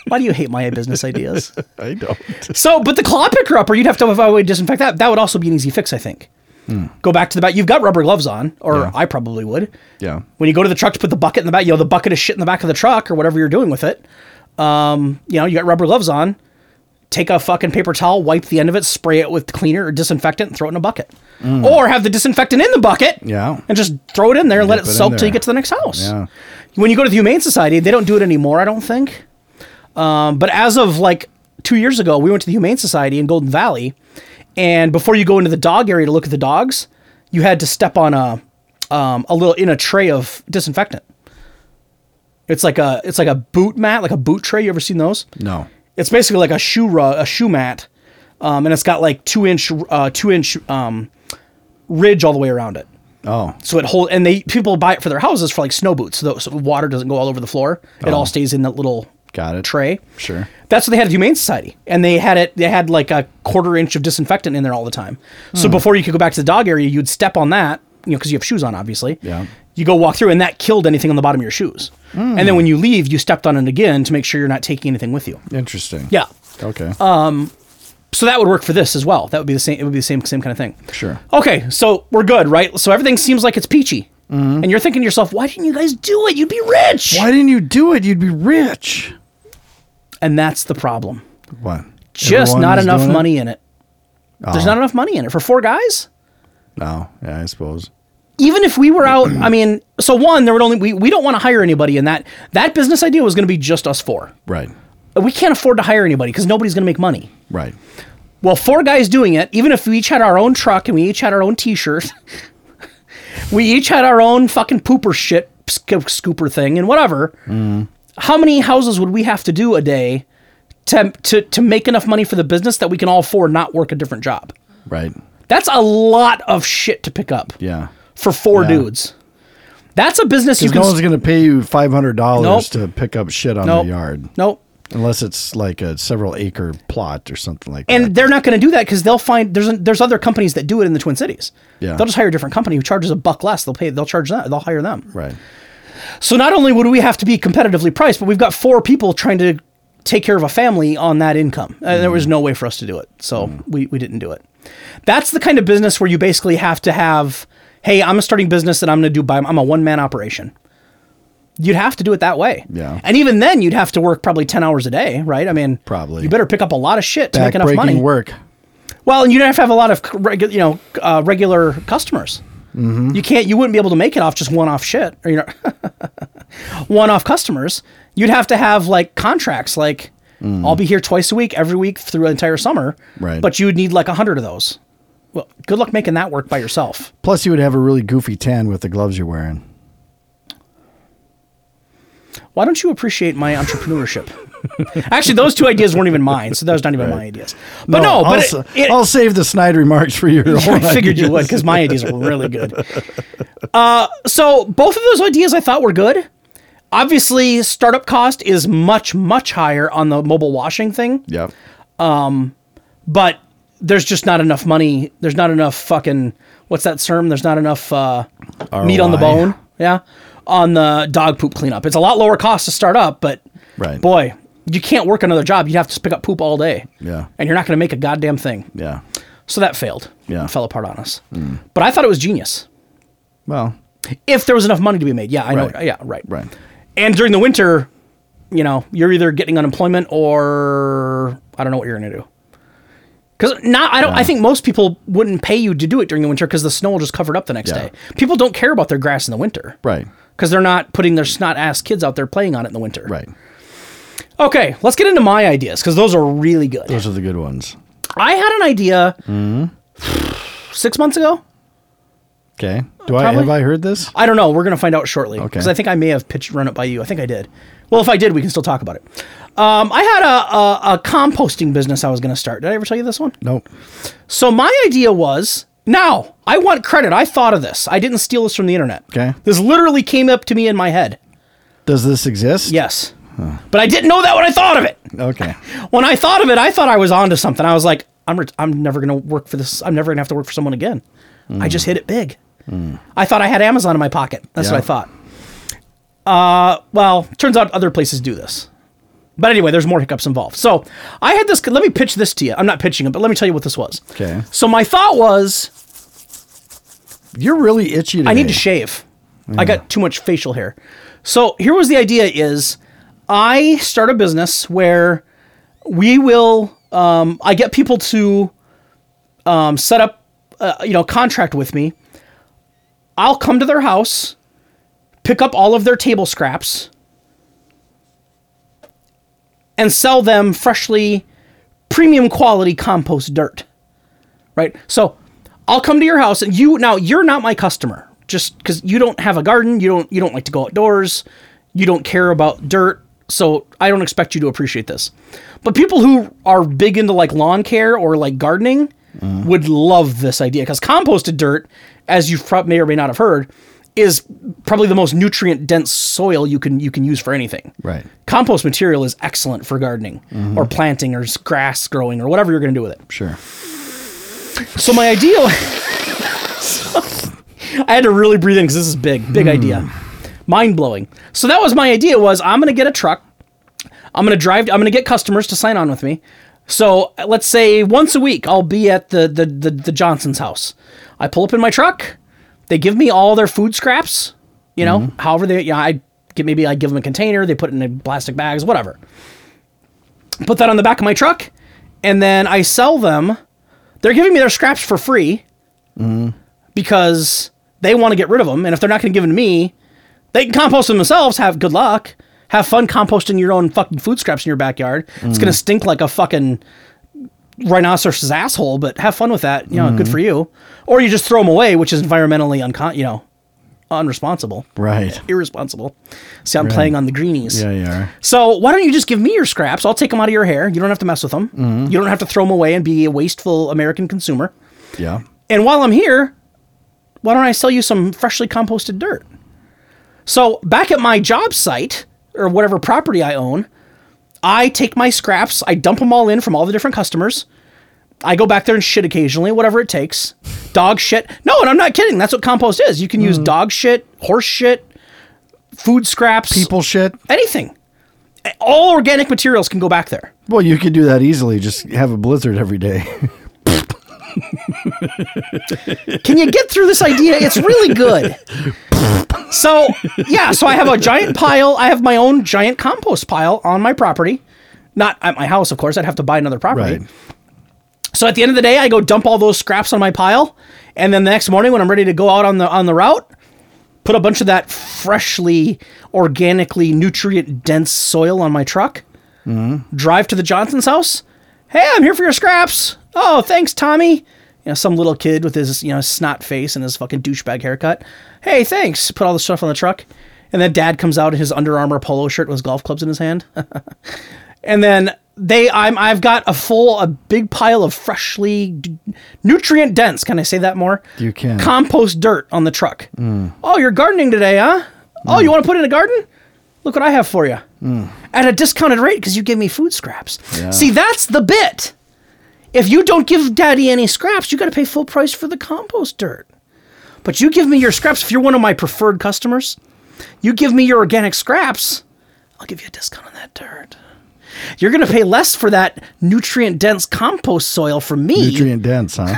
B: why do you hate my business ideas?
C: I don't.
B: So, but the claw picker upper, you'd have to have a way to disinfect that. That would also be an easy fix, I think. Go back to the back. You've got rubber gloves on, or
C: Yeah.
B: I probably would.
C: Yeah.
B: When you go to the truck to put the bucket in the back, you know the bucket of shit in the back of the truck or whatever you're doing with it. Um, you know, you got rubber gloves on. Take a fucking paper towel, wipe the end of it, spray it with cleaner or disinfectant, and throw it in a bucket. Or have the disinfectant in the bucket
C: Mm. Yeah.
B: and just throw it in there and let it
C: it in
B: soak till
C: there.
B: you get to the next house.
C: Yeah.
B: When you go to the Humane Society, they don't do it anymore, I don't think. Um, but as of like two years ago, we went to the Humane Society in Golden Valley, and before you go into the dog area to look at the dogs, you had to step on a um, a little in a tray of disinfectant. It's like a it's like a boot mat, like a boot tray. You ever seen those?
C: No.
B: It's basically like a shoe rug, a shoe mat, um, and it's got like two inch uh, two inch um, ridge all the way around it
C: Oh.
B: so it hold and they people buy it for their houses for like snow boots so, that, so water doesn't go all over the floor it all stays in that little
C: Oh. Got it.
B: tray
C: Sure.
B: that's what they had at the humane society and they had it they had like a quarter inch of disinfectant in there all the time
C: Hmm.
B: so before you could go back to the dog area you'd step on that you know because you have shoes on obviously
C: Yeah. Hmm.
B: you go walk through and that killed anything on the bottom of your shoes and then when you leave you stepped on it again to make sure you're not taking anything with you
C: Interesting.
B: yeah Uh,
C: Okay.
B: so that would work for this as well that would be the same it would be the same same kind of thing
C: sure.
B: Okay, so we're good, right? So everything seems like it's peachy. And you're thinking to yourself, why didn't you guys do it? You'd be rich.
C: Mm-hmm. Why didn't you do it? You'd be rich.
B: And that's the problem.
C: What?
B: Just
C: Everyone
B: not
C: is
B: enough
C: doing it? Ah.
B: money in it. There's not enough money in it for four guys.
C: No. Oh, Yeah, I suppose.
B: Even if we were
C: (clears throat)
B: out, I mean, so one, there would only we, we don't want to hire anybody in that that business idea was going to be just us four.
C: Right.
B: We can't afford to hire anybody because nobody's going to make money.
C: Right.
B: Well, four guys doing it, even if we each had our own truck and we each had our own t-shirt, (laughs) we each had our own fucking pooper shit sc- scooper thing and whatever.
C: Mm.
B: How many houses would we have to do a day to, to to make enough money for the business that we can all afford not work a different job?
C: Right.
B: That's a lot of shit to pick up
C: Yeah.
B: for four
C: Yeah.
B: dudes. That's a business you
C: Because
B: can
C: no
B: s-
C: one's going to pay you five hundred dollars
B: Nope.
C: to pick up shit on
B: Nope.
C: the yard,
B: Nope.
C: unless it's like a several acre plot or something like that.
B: and they're not going to do that because they'll find there's there's other companies that do it in the Twin Cities.
C: Yeah.
B: they'll just hire a different company who charges a buck less. They'll pay. They'll charge that. They'll hire them.
C: Right.
B: So not only would we have to be competitively priced, but we've got four people trying to take care of a family on that income. And there
C: Mm.
B: was no way for us to do it. So we, we didn't do it. That's the kind of business where you basically have to have, hey, I'm a starting business and I'm going to do by, I'm a one man operation. You'd have to do it that way.
C: Yeah.
B: And even then you'd have to work probably 10 hours a day, right? I mean,
C: Probably.
B: you better pick up a lot of shit to make enough
C: Backbreaking
B: money.
C: work.
B: Well, and you'd have to have a lot of c- regu- you know c- uh, regular customers. You can't. You wouldn't be able to make it off just one-off shit, or you know, (laughs) one-off customers. You'd have to have like contracts, like I'll be here twice a week, every week through the entire summer.
C: Right.
B: But you'd need like a hundred of those. Well, good luck making that work by yourself.
C: Plus, you would have a really goofy tan with the gloves you're wearing.
B: Why don't you appreciate my entrepreneurship? Actually, those two ideas weren't even mine, so that was not even my ideas. But no, but
C: I'll,
B: it, it,
C: will save the snide remarks for your.
B: (laughs)
C: own
B: I figured you would
C: ideas.
B: because my ideas were really good. Uh, so both of those ideas I thought were good. Obviously, startup cost is much much higher on the mobile washing thing,
C: Yep.
B: but there's just not enough money. There's not enough fucking what's that term? There's not enough uh, meat on the
C: ROI.
B: bone. Yeah, on the dog poop cleanup. It's a lot lower cost to start up, but
C: Right.
B: boy, you can't work another job. You'd have to pick up poop all day.
C: Yeah.
B: and you're not going to make a goddamn thing.
C: Yeah.
B: So that failed.
C: Yeah. Mm.
B: It fell apart on us. But I thought it was genius.
C: Well.
B: If there was enough money to be made. Yeah, I know.
C: Right.
B: Yeah, right.
C: Right.
B: And during the winter, you know, you're either getting unemployment or I don't know what you're going to do. Because not, I don't. I think most people wouldn't pay you to do it during the winter because the snow will just cover it up the next
C: Yeah.
B: day. People don't care about their grass in the winter
C: Right.
B: because they're not putting their snot ass kids out there playing on it in the winter.
C: Right.
B: Okay, let's get into my ideas because those are really good.
C: Those are Mm-hmm. the good ones.
B: I had an idea (sighs) six months ago.
C: Okay. Do I
B: Probably.
C: have I heard this?
B: I don't know. We're gonna find out shortly
C: Okay.
B: because I think I may have pitched run it by you. I think I did. Well, if I did, we can still talk about it. Um, I had a, a, a composting business I was gonna start. Did I ever tell you this one?
C: Nope.
B: So my idea was now I want credit. I thought of this. I didn't steal this from the internet.
C: Okay.
B: This literally came up to me in my head.
C: Does this exist?
B: Yes. But I didn't know that when I thought of it.
C: Okay.
B: When I thought of it, I thought I was onto something. I was like, I'm, ret- I'm never going to work for this. I'm never going to have to work for someone again. I just hit it big. I thought I had Amazon in my pocket. That's
C: Hmm. Yeah.
B: what I thought. Uh, well, turns out other places do this. But anyway, there's more hiccups involved. So I had this. Let me pitch this to you. I'm not pitching it, but let me tell you what this was.
C: Okay.
B: So my thought was
C: You're really itchy today.
B: I need to shave. I got too much facial hair. So here was the idea: is I start a business where we will. Um, I get people to um, set up, uh, you know, contract with me. I'll come to their house, pick up all of their table scraps, and sell them freshly, premium quality compost dirt right? So I'll come to your house and you now you're not my customer just because you don't have a garden, you don't you don't like to go outdoors, you don't care about dirt, so I don't expect you to appreciate this. But people who are big into like lawn care or like gardening would love this idea because composted dirt, as you prob- may or may not have heard, is probably the most nutrient dense soil you can you can use for anything
C: Right.
B: compost material is excellent for gardening or planting or s- grass growing or whatever you're going to do with it.
C: Sure.
B: So my idea, (laughs) I had to really breathe in because this is big, big idea, mind blowing. So that was my idea. Was I'm going to get a truck. I'm going to drive. I'm going to get customers to sign on with me. So uh, let's say once a week I'll be at the the the, the Johnson's house. I pull up in my truck. They give me all their food scraps. You know, however they yeah I get maybe I give them a container. They put it in plastic bags, whatever. Put that on the back of my truck, and then I sell them they're giving me their scraps for free because they want to get rid of them. And if they're not going to give them to me, they can compost them themselves. Have good luck. Have fun composting your own fucking food scraps in your backyard. It's going to stink like a fucking rhinoceros' asshole, but have fun with that. You know, good for you. Or you just throw them away, which is environmentally uncon, you know, unresponsible,
C: Right.
B: irresponsible. See, I'm playing on the greenies.
C: Yeah, you are.
B: So why don't you just give me your scraps? I'll take them out of your hair. You don't have to mess with them. You don't have to throw them away and be a wasteful American consumer.
C: Yeah.
B: And while I'm here, why don't I sell you some freshly composted dirt? So back at my job site or whatever property I own, I take my scraps, I dump them all in from all the different customers. I go back there and shit occasionally, whatever it takes. Dog shit. No, and I'm not kidding. That's what compost is. You can use dog shit, horse shit, food scraps,
C: People shit.
B: anything. All organic materials can go back there.
C: Well, you could do that easily. Just have a blizzard
B: (laughs)
C: every day.
B: Can you get through this idea? It's really good. So, yeah, so I have a giant pile. I have my own giant compost pile on my property. Not at my house, of course. I'd have to buy another property.
C: right.
B: So at the end of the day, I go dump all those scraps on my pile, and then the next morning when I'm ready to go out on the on the route, put a bunch of that freshly, organically nutrient dense soil on my truck. Drive to the Johnson's house. Hey, I'm here for your scraps. Oh, thanks, Tommy. You know, some little kid with his you know snot face and his fucking douchebag haircut. Hey, thanks. Put all the stuff on the truck, and then Dad comes out in his Under Armour polo shirt with his golf clubs in his hand. (laughs) and then they I'm I've got a full a big pile of freshly d- nutrient dense. Can I say that more?
C: You can. Mm.
B: compost dirt on the truck. Oh, you're gardening today, huh? Oh, you want to put in a garden? Look what I have for you at a discounted rate because you give me food scraps. See, that's the bit. If you don't give daddy any scraps, you got to pay full price for the compost dirt. But you give me your scraps if you're one of my preferred customers. You give me your organic scraps, I'll give you a discount on that dirt. You're going to pay less for that nutrient dense compost soil from me
C: Nutrient dense,
B: (laughs)
C: huh?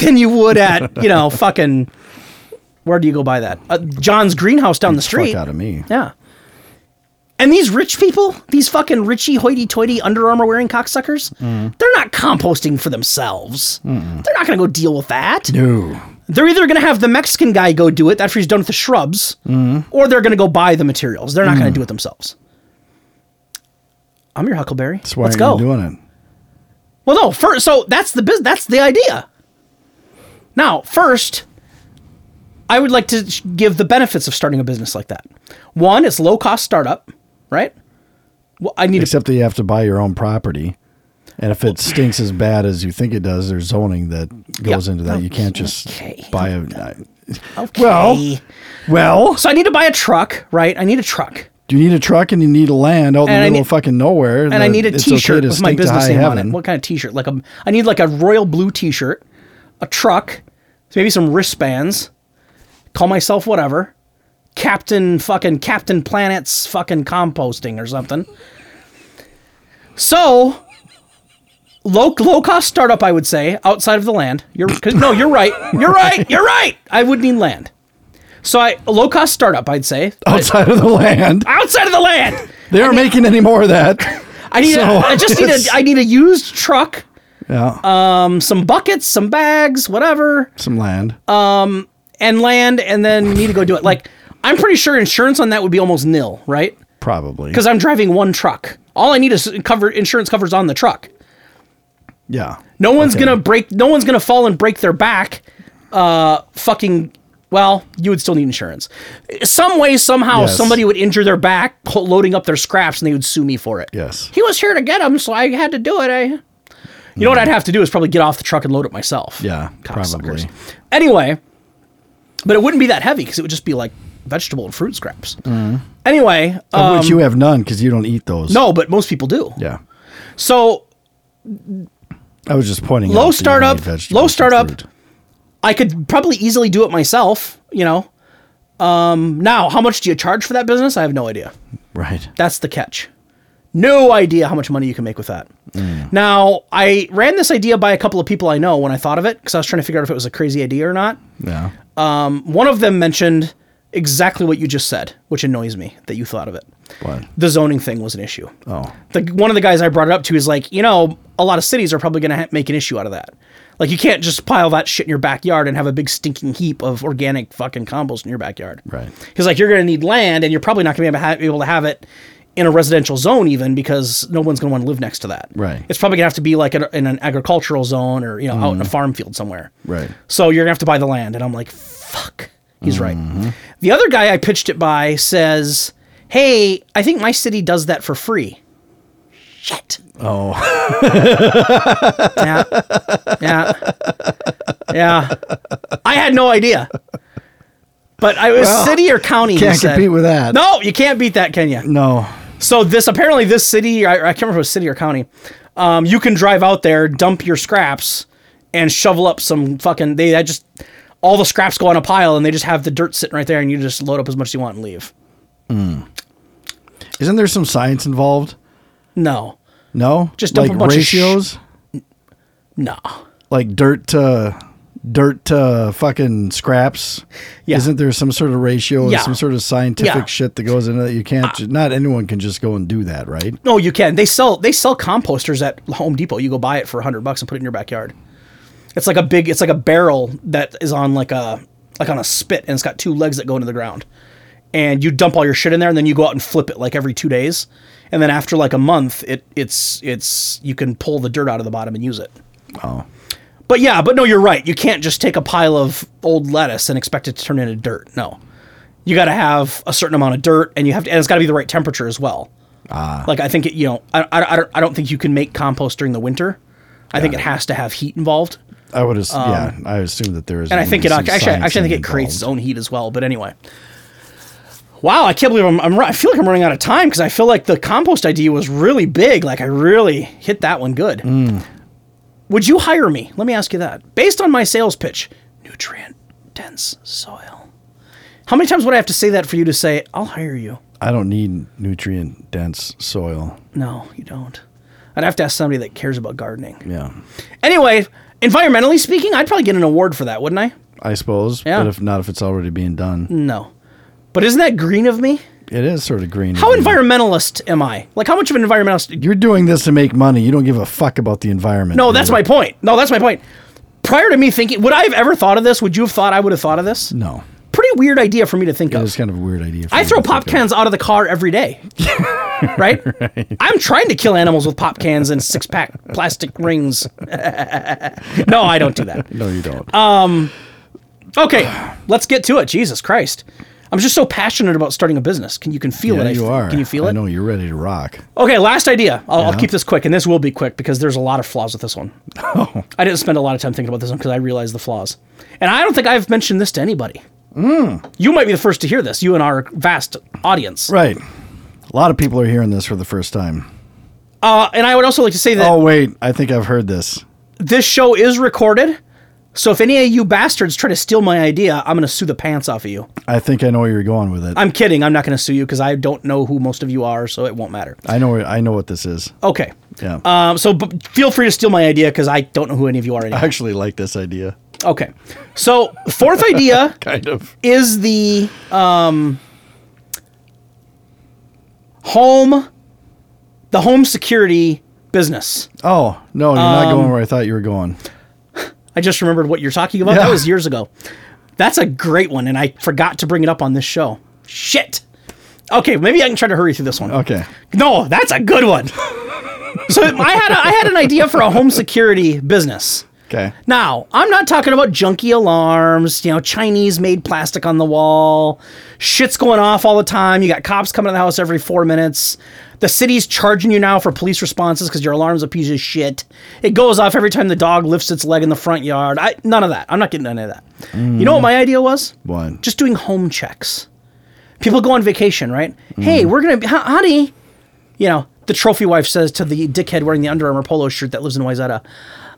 B: than you would at, you know, fucking where do you go buy that? Uh, John's greenhouse down the street.
C: Fuck out of me.
B: Yeah. And these rich people, these fucking richy hoity toity Under Armour wearing cocksuckers,
C: Mm-hmm.
B: they're not composting for themselves. They're not going to go deal with that.
C: No.
B: They're either going to have the Mexican guy go do it after he's done with the
C: Mm-hmm. Mm.
B: shrubs, or they're going to go buy the materials. They're not going to do it themselves. I'm your Huckleberry.
C: That's why
B: Let's
C: I'm
B: go.
C: doing it.
B: Well, no, first, so that's the business. That's the idea. Now, first, I would like to sh- give the benefits of starting a business like that. One, it's low cost startup, right? Well, I need to
C: Except that you have to buy your own property. And if it stinks as bad as you think it does, there's zoning that goes
B: Yeah.
C: into that. You can't just
B: Oh, Okay.
C: buy a. Well, well,
B: so I need to buy a truck, right? I need a truck,
C: you need a truck and you need land out in the
B: And I
C: middle
B: need-
C: of fucking nowhere.
B: and I need a
C: it's okay
B: T-shirt
C: to
B: with my
C: stink to
B: business
C: high
B: name on
C: heaven.
B: it.
C: (laughs)
B: What kind of T-shirt? Like a, I need like a royal blue T-shirt, a truck, maybe some wristbands. Call myself whatever, Captain fucking Captain Planet's fucking composting or something. So. Low, low cost startup, I would say, outside of the land. You're 'cause- no, you're right. You're
C: (laughs)
B: right. You're right. I would need land. So I a low cost startup, I'd say,
C: Outside of the land,
B: outside of the land.
C: they aren't making any more
B: (laughs)
C: of that.
B: I need.
C: So,
B: a, I just need
C: it's-
B: a. I need a used truck,
C: Yeah,
B: um, some buckets, some bags, whatever,
C: some land.
B: uh, and land, and then need to go do it. Like I'm pretty sure insurance on that would be almost nil, right?
C: Probably.
B: Because I'm driving one truck. All I need is cover insurance covers on the truck.
C: yeah,
B: No one's
C: Okay.
B: gonna break. No one's gonna fall and break their back. Uh, fucking. Well, you would still need insurance. Some way, somehow,
C: Yes.
B: somebody would injure their back co- loading up their scraps, and they would sue me for it.
C: Yes.
B: he was here to get them, so I had to do it. I. You know what I'd have to do is probably get off the truck and load it myself.
C: yeah,
B: Cocksuckers.
C: probably.
B: Anyway, but it wouldn't be that heavy because it would just be like vegetable and fruit scraps. Anyway, uh,
C: Which you have none because you don't eat those.
B: no, but most people do.
C: Yeah,
B: So
C: I was just pointing.
B: Low
C: out that you don't
B: startup,
C: eat vegetables
B: low
C: and
B: startup.
C: fruit.
B: I could probably easily do it myself, you know. Um, now, how much do you charge for that business? I have no idea.
C: Right.
B: That's the catch. No idea how much money you can make with that.
C: Mm.
B: Now, I ran this idea by a couple of people I know when I thought of it because I was trying to figure out if it was a crazy idea or not.
C: Yeah.
B: Uh, One of them mentioned exactly what you just said, which annoys me that you thought of it.
C: What?
B: The zoning thing was an issue.
C: Oh.
B: The, one of the guys I brought it up to is like, you know, a lot of cities are probably going to ha- make an issue out of that. Like, you can't just pile that shit in your backyard and have a big stinking heap of organic fucking compost in your backyard.
C: Right.
B: He's like, you're going to need land, and you're probably not going to be able to ha- be able to have it in a residential zone, even because no one's going to want to live next to that.
C: Right.
B: It's probably going to have to be like in a- in an agricultural zone or you know out in a farm field somewhere.
C: Mm. Right.
B: So you're gonna have to buy the land. And I'm like, fuck. He's
C: Mm-hmm.
B: right. The other guy I pitched it by says, Hey, I think my city does that for free. Shit.
C: Oh. (laughs)
B: Yeah. yeah. Yeah. I had no idea. But I was
C: Well,
B: city or county. he
C: Can't
B: said.
C: compete with that.
B: No, you can't beat that, can you?
C: No.
B: So this apparently this city, I, I can't remember if it was city or county. Um, you can drive out there, dump your scraps, and shovel up some fucking. They I just all the scraps go on a pile, and they just have the dirt sitting right there, and you just load up as much as you want and leave.
C: Isn't there some science involved?
B: No,
C: No.
B: Just dump
C: like
B: a bunch of sh-
C: ratios,
B: no,
C: like dirt to dirt to fucking scraps.
B: Yeah.
C: Isn't there some sort of ratio
B: Yeah.
C: and some sort of scientific
B: Yeah. Uh,
C: shit that goes into that? You can't. ju- not anyone can just go and do that, right?
B: no, you can. They sell they sell composters at Home Depot. You go buy it for hundred bucks and put it in your backyard. It's like a big. It's like a barrel that is on like a like on a spit, and it's got two legs that go into the ground. and you dump all your shit in there and then you go out and flip it like every two days and then after like a month it it's it's you can pull the dirt out of the bottom and use it
C: Oh.
B: but yeah but no you're right you can't just take a pile of old lettuce and expect it to turn into dirt no you got to have a certain amount of dirt and you have to and it's got to be the right temperature as well ah. like i think it you know I, I, I, don't, I don't think you can make compost during the winter I think it has to have heat involved,
C: I would have. yeah. I assume that there
B: um,
C: is.
B: and I think it actually, actually, I think it creates its own heat as well. But anyway, Wow, I can't believe I'm, I'm. ru- I feel like I'm running out of time because I feel like the compost idea was really big. Like I really hit that one good. Would you hire me? Let me ask you that. Based on my sales pitch, nutrient dense soil. How many times would I have to say that for you to say I'll hire you?
C: I don't need nutrient dense soil.
B: No, you don't. I'd have to ask somebody that cares about gardening.
C: Yeah.
B: Anyway, environmentally speaking, I'd probably get an award for that, wouldn't I?
C: I suppose.
B: Yeah. Mm.
C: But if not, if it's already being done,
B: No. But isn't that green of me?
C: it is sort of green.
B: How
C: to me.
B: environmentalist am I? Like how much of an environmentalist
C: You're doing this to make money. You don't give a fuck about the environment.
B: No,
C: dude.
B: that's my point. No, that's my point. Prior to me thinking, would I have ever thought of this? Would you have thought I would have thought of this?
C: No.
B: Pretty a weird idea for me to think
C: It
B: of.
C: was kind of a weird idea. for
B: I
C: me
B: throw
C: to think
B: pop
C: of.
B: cans out of the car every
C: (laughs)
B: day. right? I'm trying to kill animals with pop cans and six pack plastic rings. (laughs) no, I don't do that.
C: No, you don't.
B: Um, Okay, let's get to it. Jesus Christ. I'm just so passionate about starting a business. Can you can feel it?
C: yeah,
B: I
C: you
B: f-
C: are.
B: Can you feel
C: I
B: it?
C: know you're ready to rock.
B: Okay, last idea. I'll, I'll keep this quick, and this will be quick because there's a lot of flaws with this
C: (laughs)
B: one.
C: Oh.
B: I didn't spend a lot of time thinking about this one because I realized the flaws. And I don't think I've mentioned this to anybody. You might be the first to hear this, you and our vast audience.
C: Hmm. Right. A lot of people are hearing this for the first time.
B: Uh, and I would also like to say that
C: Oh wait, I think I've heard this.
B: this show is recorded. So if any of you bastards try to steal my idea, I'm going to sue the pants off of you.
C: I think I know where you're going with it.
B: I'm kidding. I'm not going to sue you because I don't know who most of you are, so it won't matter.
C: I know where I know what this is.
B: Okay.
C: Yeah.
B: Um, so b- feel free to steal my idea because I don't know who any of you are
C: I (laughs)
B: anymore.
C: actually like this idea.
B: Okay. So fourth
C: (laughs)
B: idea
C: Kind of.
B: is the um, home, the home security business.
C: Oh, no, you're not
B: Um,
C: going where I thought you were going.
B: I just remembered what you're talking about.
C: Yeah.
B: That was years ago. That's a great one, and I forgot to bring it up on this show. Shit. Okay, maybe I can try to hurry through this one.
C: Okay.
B: No, that's a good one. so I had a, I had an idea for a home security business.
C: Okay.
B: Now, I'm not talking about junky alarms, you know, Chinese made plastic on the wall. Shit's going off all the time. You got cops coming to the house every four minutes. The city's charging you now for police responses because your alarm's a piece of shit. It goes off every time the dog lifts its leg in the front yard. I, none of that. I'm not getting any of that. You know what my idea was?
C: One.
B: Just doing home checks. People go on vacation, right? Hey, we're going to be, hon- honey, you know, the trophy wife says to the dickhead wearing the Under Armour polo shirt that lives in Wayzata,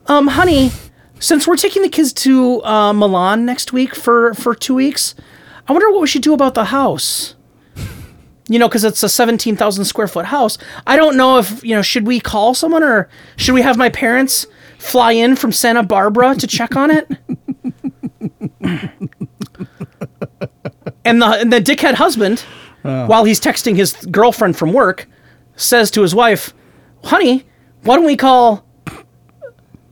B: um, honey, since we're taking the kids to uh, Milan next week for, for two weeks, I wonder what we should do about the house. You know, because it's a 17,000 square foot house. I don't know if, you know, should we call someone or should we have my parents fly in from Santa Barbara to check on it? (laughs) and, the, and the dickhead husband, while he's texting his girlfriend from work, says to his wife, honey, why don't we call.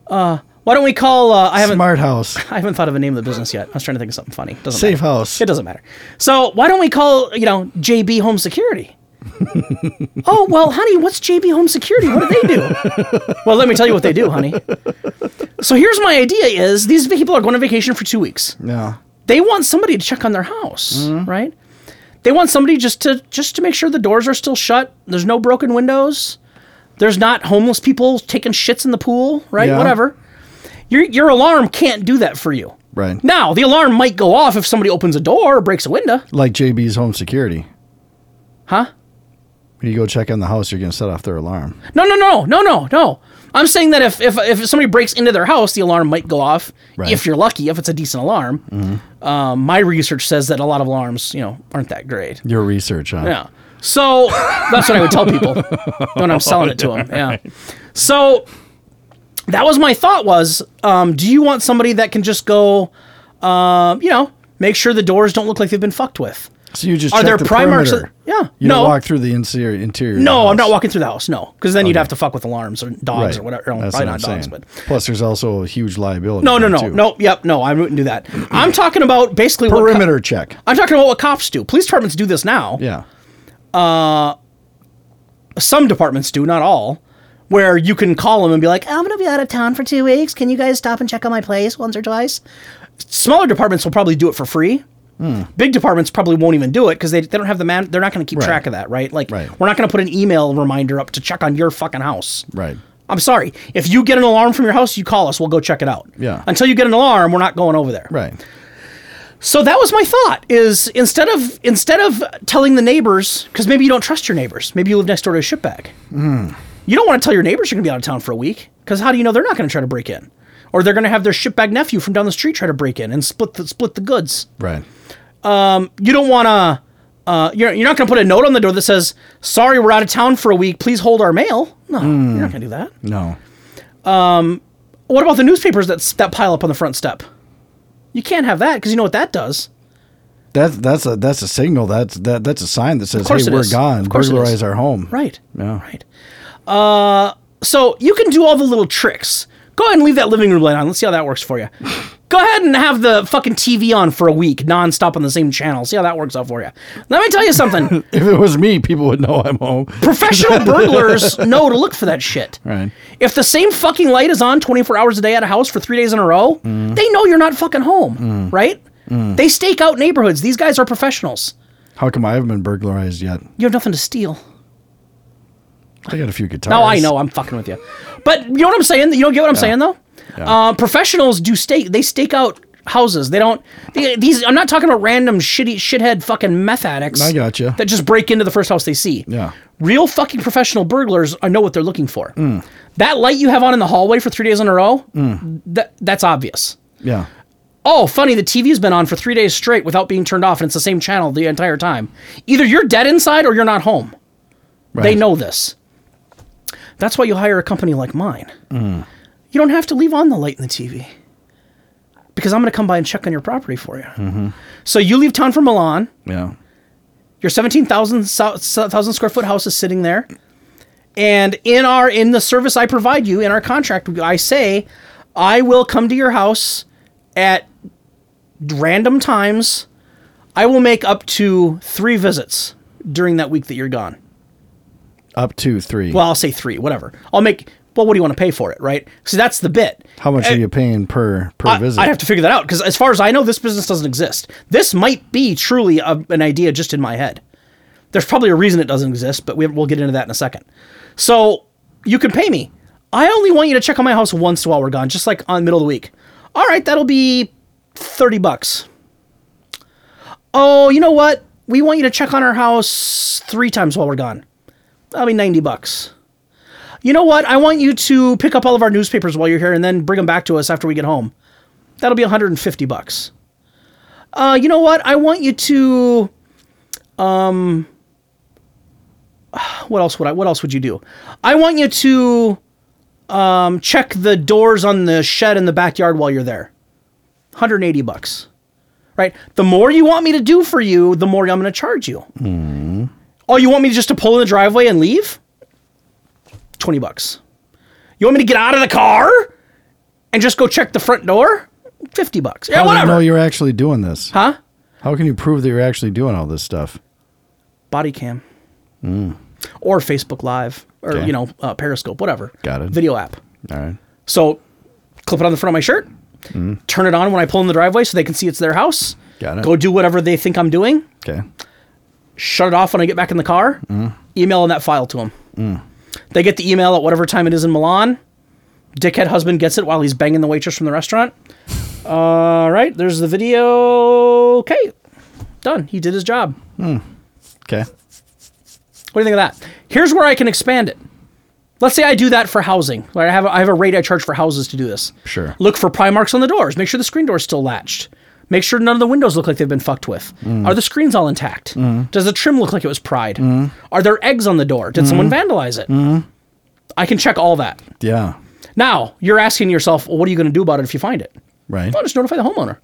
B: Uh, why don't we call? Uh, I haven't.
C: Smart house.
B: I haven't thought of a name of the business yet. I was trying to think of something funny. Doesn't
C: Safe
B: matter.
C: house.
B: It doesn't matter. So why don't we call you know JB Home Security? oh well, honey, what's JB Home Security? What do they do? well, let me tell you what they do, honey. So here's my idea: is these people are going on vacation for two weeks.
C: Yeah.
B: They want somebody to check on their house, right? They want somebody just to just to make sure the doors are still shut. There's no broken windows. There's not homeless people taking shits in the pool, right?
C: Yeah.
B: Whatever. Your your alarm can't do that for you.
C: Right.
B: Now, the alarm might go off if somebody opens a door or breaks a window.
C: Like JB's home security.
B: Huh?
C: When you go check on the house, you're going to set off their alarm.
B: No, no, no, no, no, no. I'm saying that if, if, if somebody breaks into their house, the alarm might go off
C: Right.
B: if you're lucky, if it's a decent alarm. Um, my research says that a lot of alarms, you know, aren't that great.
C: Your research, huh?
B: Yeah. So that's what I would tell people when I'm selling it to them. Yeah. So that was my thought was, um, do you want somebody that can just go, um, you know, make sure the doors don't look like they've been fucked with?
C: So you just
B: Are
C: check
B: there
C: the
B: primarks-
C: perimeter.
B: Yeah.
C: You
B: No.
C: don't walk through the interior.
B: No,
C: interior of the
B: I'm not
C: house.
B: walking through the house. No, because then you'd have to fuck with alarms or dogs
C: Right.
B: or whatever. Or
C: That's
B: probably
C: what
B: not
C: I'm
B: dogs,
C: saying.
B: but
C: Plus, there's also a huge liability.
B: no, no,
C: there,
B: no,
C: too.
B: no. Yep, no, I wouldn't do that. I'm talking about basically what co-
C: Perimeter check.
B: I'm talking about what cops do. Police departments do this now.
C: Yeah.
B: Some departments do, not all. Where you can call them and be like, "I'm going to be out of town for two weeks. Can you guys stop and check on my place once or twice?" Smaller departments will probably do it for free.
C: Hmm.
B: Big departments probably won't even do it because they, they don't have the man. They're not going to keep
C: Right.
B: track of that, right? Like,
C: Right.
B: we're not going to put an email reminder up to check on your fucking house.
C: Right.
B: I'm sorry. If you get an alarm from your house, you call us. We'll go check it out.
C: Yeah.
B: Until you get an alarm, we're not going over there.
C: Right.
B: So that was my thought: is instead of instead of telling the neighbors, because maybe you don't trust your neighbors. Maybe you live next door to a shitbag.
C: Hmm.
B: You don't want to tell your neighbors you're going to be out of town for a week, because how do you know they're not going to try to break in, or they're going to have their shitbag nephew from down the street try to break in and split the split the goods.
C: Right.
B: You don't want to. Uh, you're, you're not going to put a note on the door that says, "Sorry, we're out of town for a week. Please hold our mail." No, you're
C: Hmm.
B: not going to do that.
C: No.
B: What about the newspapers that that pile up on the front step? You can't have that because you know what that does.
C: That's that's a that's a signal. That's that that's a sign that says, "Hey,
B: course it
C: we're
B: is.
C: gone.
B: Of course it is.
C: Burglarize our home."
B: Right.
C: Yeah.
B: Right.
C: (laughs)
B: Uh, so you can do all the little tricks. Go ahead and leave that living room light on. Let's see how that works for you. Go Go ahead and have the fucking TV on for a week, nonstop on the same channel. See how that works out for you. Let me tell you
C: (laughs)
B: something.
C: If it was me, people would know I'm home.
B: Professional
C: (laughs)
B: burglars know to look for that shit.
C: Right.
B: If the same fucking light is on 24 hours a day at a house for three days in a row,
C: Mm.
B: they know you're not fucking home, right? They stake out neighborhoods. These guys are professionals.
C: How come I haven't been burglarized yet?
B: You have nothing to steal.
C: I got a few guitars.
B: No, I know. I'm fucking with you. But you know what I'm saying? You don't get what I'm saying though. Uh, professionals do stake. They stake out houses. They don't. They, these. I'm not talking about random shitty shithead fucking meth addicts.
C: I gotcha.
B: That just break into the first house they see.
C: Yeah.
B: Real fucking professional burglars are know what they're looking for.
C: Hmm.
B: That light you have on in the hallway for three days in a row. That that's obvious.
C: Yeah.
B: Oh, funny, the TV's been on for three days straight without being turned off, and it's the same channel the entire time. Either you're dead inside or you're not home. They
C: Right.
B: know this. That's why you hire a company like mine. You don't have to leave on the light in the TV because I'm going to come by and check on your property for you. So you leave town for Milan.
C: Yeah.
B: Your 17,000 so- so- thousand square foot house is sitting there. And in our in the service I provide you in our contract, I say I will come to your house at random times. I will make up to 3 visits during that week that you're gone.
C: Up to three.
B: Well, I'll say 3, whatever. I'll make well, what do you want to pay for it, right? So that's the bit.
C: How much are you paying per per
B: I,
C: visit?
B: would have to figure that out because, as far as I know, this business doesn't exist. This might be truly a, an idea just in my head. There's probably a reason it doesn't exist, but we, we'll get into that in a second. So you can pay me. I only want you to check on my house once while we're gone, just like on middle of the week. All right, that'll be thirty bucks. Oh, you know what? We want you to check on our house three times while we're gone. That'll be ninety bucks. You know what? I want you to pick up all of our newspapers while you're here and then bring them back to us after we get home. That'll be 150 bucks. Uh, you know what? I want you to um what else would I what else would you do? I want you to um check the doors on the shed in the backyard while you're there. 180 bucks. Right? The more you want me to do for you, the more I'm going to charge you. Oh, you want me just to pull in the driveway and leave? 20 bucks. You want me to get out of the car and just go check the front door? 50 bucks. Yeah,
C: How do you
B: whatever.
C: know you're actually doing this?
B: Huh?
C: How can you prove that you're actually doing all this stuff?
B: Body cam. Or Facebook Live or,
C: Mm. Okay.
B: you know, uh, Periscope, whatever.
C: Got it.
B: Video app.
C: All right.
B: So clip it on the front of my shirt, turn it on when I pull in the driveway so they can see it's their house.
C: Mm. Got it.
B: Go do whatever they think I'm doing.
C: Okay.
B: Shut it off when I get back in the car.
C: Mm.
B: Emailing that file to them. They get the email at whatever time it is in Milan. Dickhead husband gets it while he's banging the waitress from the restaurant. All right, there's the video. Okay, done. He did his job.
C: Okay.
B: What do you think of that? Here's where I can expand it. Let's say I do that for housing. Where I have I have a rate I charge for houses to do this.
C: Sure.
B: Look for pry marks on the doors. Make sure the screen door's still latched. Make sure none of the windows look like they've been fucked with. Are the screens all intact? Does the trim look like it was pried? Are there eggs on the door? Did someone vandalize it? I can check all that.
C: Yeah.
B: Now you're asking yourself, well, what are you going to do about it if you find it?
C: Right.
B: I'll just notify the homeowner.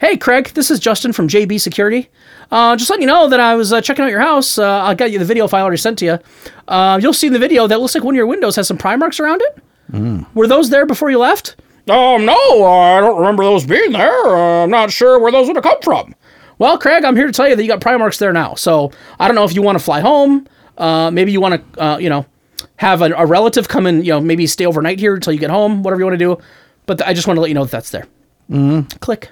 B: Hey, Craig, this is Justin from JB Security. Uh, just letting you know that I was uh, checking out your house. Uh, I got you the video file I already sent to you. Uh, you'll see in the video that looks like one of your windows has some pry marks around it. Were those there before you left? Hmm. Um, no, uh, I don't remember those being there. Uh, I'm not sure where those would have come from. Well, Craig, I'm here to tell you that you got pry marks there now. So I don't know if you want to fly home. Uh, maybe you want to, uh, you know, have a, a relative come and, you know, maybe stay overnight here until you get home, whatever you want to do. But I just want to let you know that that's there. Click.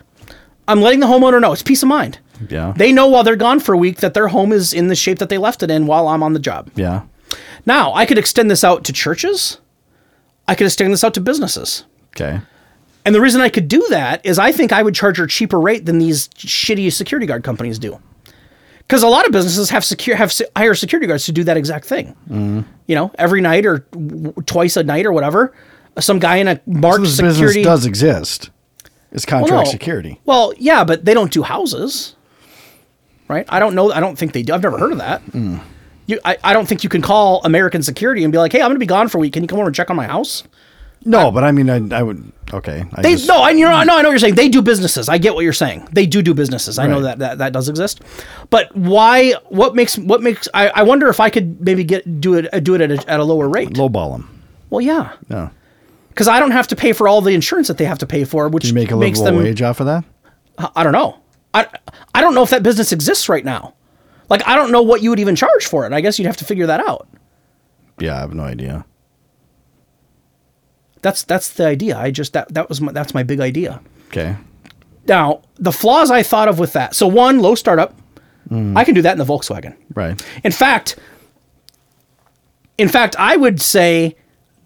B: I'm letting the homeowner know. It's peace of mind.
C: Yeah.
B: They know while they're gone for a week that their home is in the shape that they left it in while I'm on the job.
C: yeah.
B: Now, I could extend this out to churches. I could extend this out to businesses.
C: Okay.
B: And the reason I could do that is I think I would charge a cheaper rate than these shitty security guard companies do. Because a lot of businesses have secure have se- hire security guards to do that exact thing.
C: Mm-hmm.
B: You know, every night or w- twice a night or whatever, some guy in a marked
C: This
B: security
C: business does exist. It's contract
B: no.
C: security.
B: Well, yeah, but they don't do houses, right? I don't know. I don't think they do. I've never heard of that.
C: Hmm.
B: You, I, I don't think you can call American Security and be like, "Hey, I'm going to be gone for a week. Can you come over and check on my house?"
C: No, but I mean, I, I would. Okay. I
B: They
C: just- hmm.
B: no, I, you know, I know, I know what you're saying. They do businesses. I get what you're saying. They do do businesses. I know
C: Right.
B: that, that that does exist, but why? What makes what makes? I, I uh, wonder if I could maybe get do it do it at a, at a lower rate.
C: lowball them.
B: Well, yeah.
C: No.
B: because I don't have to pay for all the insurance that they have to pay for, which
C: You make a
B: makes
C: livable
B: them.
C: wage off of that?
B: I- I don't know. I I don't know if that business exists right now. Like I don't know what you would even charge for it. I guess you'd have to figure that out.
C: Yeah, I have no idea.
B: That's that's the idea. I just that that was my, that's my big idea.
C: Okay.
B: Now the flaws I thought of with that. So one, low startup. I can do that in the Volkswagen.
C: Right.
B: In fact, in fact, I would say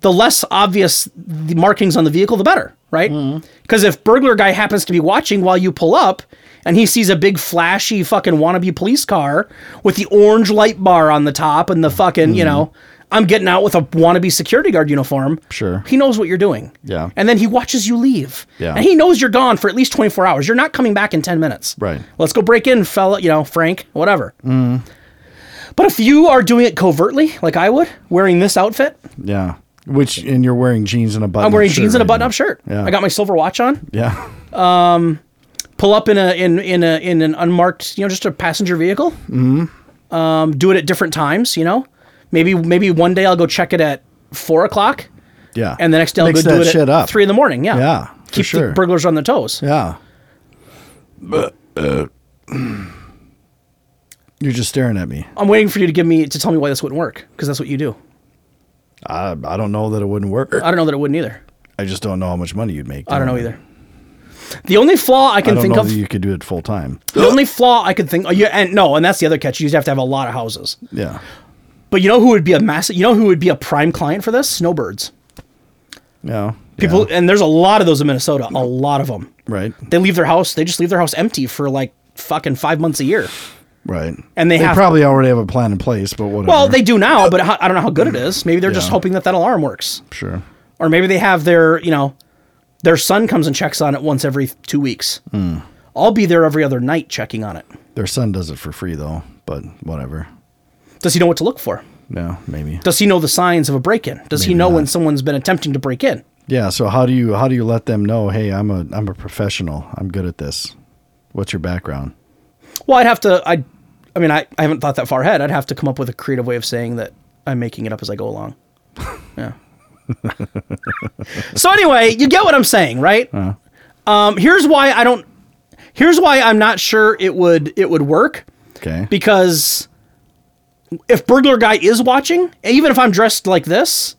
B: the less obvious the markings on the vehicle, the better, right?
C: Mm-hmm.
B: Because if burglar guy happens to be watching while you pull up, and he sees a big flashy fucking wannabe police car with the orange light bar on the top and the fucking you know. I'm getting out with a wannabe security guard uniform.
C: Mm-hmm. Sure.
B: He knows what you're doing.
C: Yeah.
B: And then he watches you leave.
C: Yeah.
B: And he knows you're gone for at least 24 hours. You're not coming back in 10 minutes.
C: Right. Mm.
B: Let's go break in, fella, you know, Frank, whatever. But if you are doing it covertly, like I would, wearing this outfit,
C: Yeah. Which and you're wearing jeans and a button.
B: I'm wearing jeans and a button-up shirt.
C: Yeah.
B: I got my silver watch on.
C: Yeah. (laughs)
B: Pull up in a in in a in an unmarked, you know, just a passenger vehicle. Mm-hmm. Um, do it at different times. You know, maybe maybe one day I'll go check it at four o'clock,
C: Yeah.
B: and the next day I'll
C: Mix
B: go do
C: that
B: it
C: shit
B: at
C: up.
B: three in the morning. Yeah,
C: Yeah, for
B: Keep
C: sure.
B: the burglars on their toes.
C: (clears throat) Yeah. You're just staring at me.
B: I'm waiting for you to give me to tell me why this wouldn't work because that's what you do.
C: I, I don't know that it wouldn't work.
B: I don't know that it wouldn't either.
C: I just don't know how much money you'd make.
B: I don't know either. The only flaw I
C: I
B: can
C: don't
B: think
C: know
B: of.
C: that you could do it full time.
B: (gasps) The only flaw I could think, oh, yeah, and no, and that's the other catch. You just have to have a lot of houses.
C: Yeah.
B: But you know who would be a massive? You know who would be a prime client for this? Snowbirds.
C: Yeah.
B: People,
C: Yeah.
B: and there's a lot of those in Minnesota. A lot of them.
C: Right.
B: They leave their house. They just leave their house empty for like fucking five months a year.
C: Right.
B: And they have-
C: probably already have a plan in place, but whatever.
B: Well, they do now, but how, I don't know how good it is. Maybe they're just
C: Mm-hmm. Yeah.
B: hoping that that alarm works,
C: sure.
B: or maybe they have their, you know, their son comes and checks on it once every two weeks.
C: Hmm.
B: I'll be there every other night checking on it.
C: Their son does it for free though, but whatever.
B: Does he know what to look for?
C: Yeah, maybe.
B: Does he know the signs of a break-in? Does he
C: Maybe
B: know when
C: not.
B: someone's been attempting to break in?
C: Yeah. So how do you how do you let them know? Hey, I'm a I'm a professional. I'm good at this. What's your background?
B: Well, I'd have to. I, I mean, I, I haven't thought that far ahead. I'd have to come up with a creative way of saying that I'm making it up as I go
C: (laughs)
B: along. Yeah. so anyway, you get what I'm saying, right?
C: Uh-huh.
B: Um, here's why I don't. Here's why I'm not sure it would it would work
C: Okay.
B: because if burglar guy is watching, even if I'm dressed like this,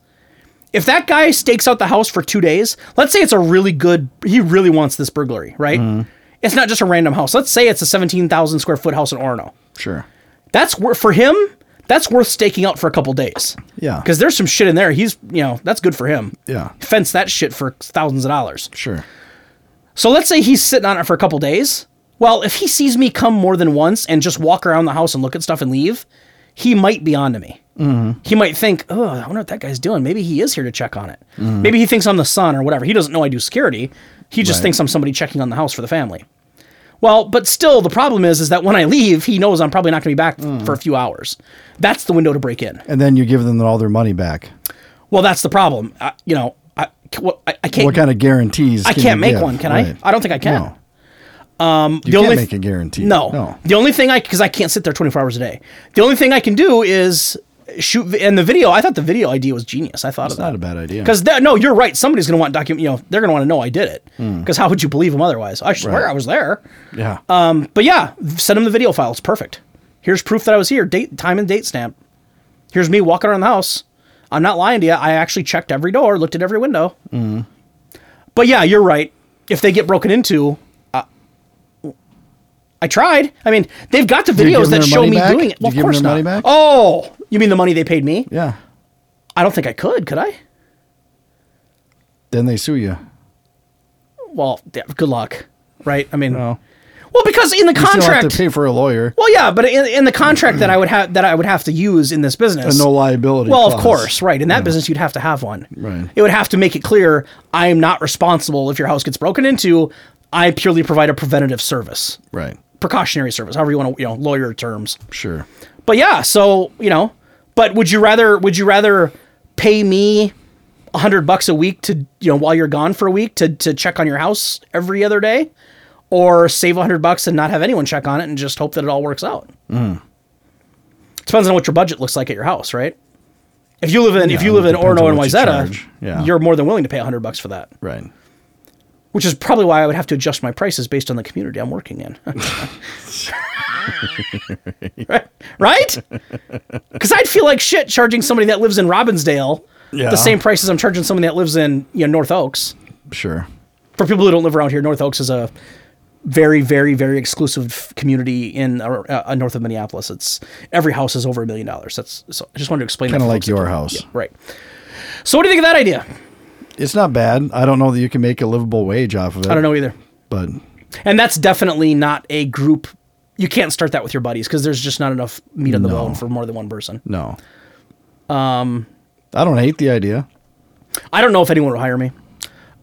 B: if that guy stakes out the house for two days, let's say it's a really good, he really wants this burglary, right?
C: Mm-hmm.
B: It's not just a random house. Let's say it's a 17,000 square foot house in Orono.
C: sure.
B: That's worth, for him, that's worth staking out for a couple days.
C: Yeah.
B: Because there's some shit in there. He's, you know, that's good for him.
C: Yeah.
B: Fence that shit for thousands of dollars.
C: Sure.
B: So let's say he's sitting on it for a couple days. Well, if he sees me come more than once and just walk around the house and look at stuff and leave, he might be onto me.
C: Mm-hmm.
B: He might think, oh, I wonder what that guy's doing. Maybe he is here to check on it. Maybe he thinks I'm the son or whatever. He doesn't know I do security. He just
C: Mm-hmm. Right.
B: thinks I'm somebody checking on the house for the family. Well, but still, the problem is, is that when I leave, he knows I'm probably not going to be back
C: Mm.
B: for a few hours. That's the window to break in.
C: And then you give them all their money back.
B: Well, that's the problem. I, you know, I, what- I, I can't.
C: What kind of guarantees?
B: I
C: can
B: can't
C: you
B: make
C: give?
B: one, can
C: Right.
B: I? I don't think I can.
C: No. You can't make a guarantee.
B: No.
C: No.
B: The only thing I because I can't sit there 24 hours a day. The only thing I can do is shoot vi- and the video. I thought the video idea was genius. I thought of
C: It's not
B: that.
C: a bad idea.
B: Because no, you're right. Somebody's gonna want document. You know, they're gonna want to know I did it. Because how would you believe them otherwise? I swear
C: Hmm. Right.
B: I was there.
C: yeah.
B: Um, but yeah, send them the video file. It's perfect. Here's proof that I was here. Date, time, and date stamp. Here's me walking around the house. I'm not lying to you. I actually checked every door, looked at every window.
C: Mm-hmm.
B: But yeah, you're right. If they get broken into, uh, I tried. I mean, they've got the
C: you give
B: videos
C: them
B: that
C: their
B: show
C: money
B: me
C: back?
B: doing it.
C: Did
B: Well,
C: you
B: of
C: give them
B: course not.
C: their money back?
B: Oh, you mean the money they paid me?
C: yeah.
B: I don't think I could. Could I?
C: Then they sue you.
B: Well, yeah, good luck. Right? I mean,
C: No.
B: well, because in the
C: You still
B: contract,
C: have to pay for a lawyer.
B: Well, yeah, but in, in the contract that I would have that I would have to use in this business,
C: A no liability
B: Well, of
C: clause.
B: course, right. In that business, you'd have to have one.
C: Right.
B: It would have to make it clear I am not responsible if your house gets broken into. I purely provide a preventative service,
C: Right.
B: precautionary service, however you want to, you know, lawyer terms.
C: Sure.
B: But yeah, so you know, but would you rather would you rather pay me a hundred bucks a week to you know while you're gone for a week to to check on your house every other day, or save a hundred bucks and not have anyone check on it and
C: Hmm.
B: just hope that it all works out? Depends on what your budget looks like at your house, right? If you live in if
C: Yeah,
B: you live
C: it
B: in
C: depends on
B: Orono and
C: what you
B: Wayzata,
C: charge. Yeah.
B: you're more than willing to pay 100 bucks for that,
C: Right.
B: which is probably why I would have to adjust my prices based on the community I'm working in. (laughs) right? Right? Cuz I'd feel like shit charging somebody that lives in Robbinsdale
C: Yeah.
B: the same prices I'm charging somebody that lives in, you know, North Oaks.
C: Sure.
B: for people who don't live around here, North Oaks is a very, very, very exclusive community in uh, uh, north of Minneapolis. It's every house is over a million dollars. That's so I just wanted to explain. that
C: Kind of
B: for
C: like
B: folks that
C: your
B: don't-
C: house.
B: right? So, what do you think of that idea?
C: It's not bad. I don't know that you can make a livable wage off of it.
B: I don't know either,
C: But
B: and that's definitely not a group. You can't start that with your buddies because there's just not enough meat on the
C: No.
B: bone for more than one person.
C: no. Um,
B: Um,
C: I don't hate the idea.
B: I don't know if anyone would hire me.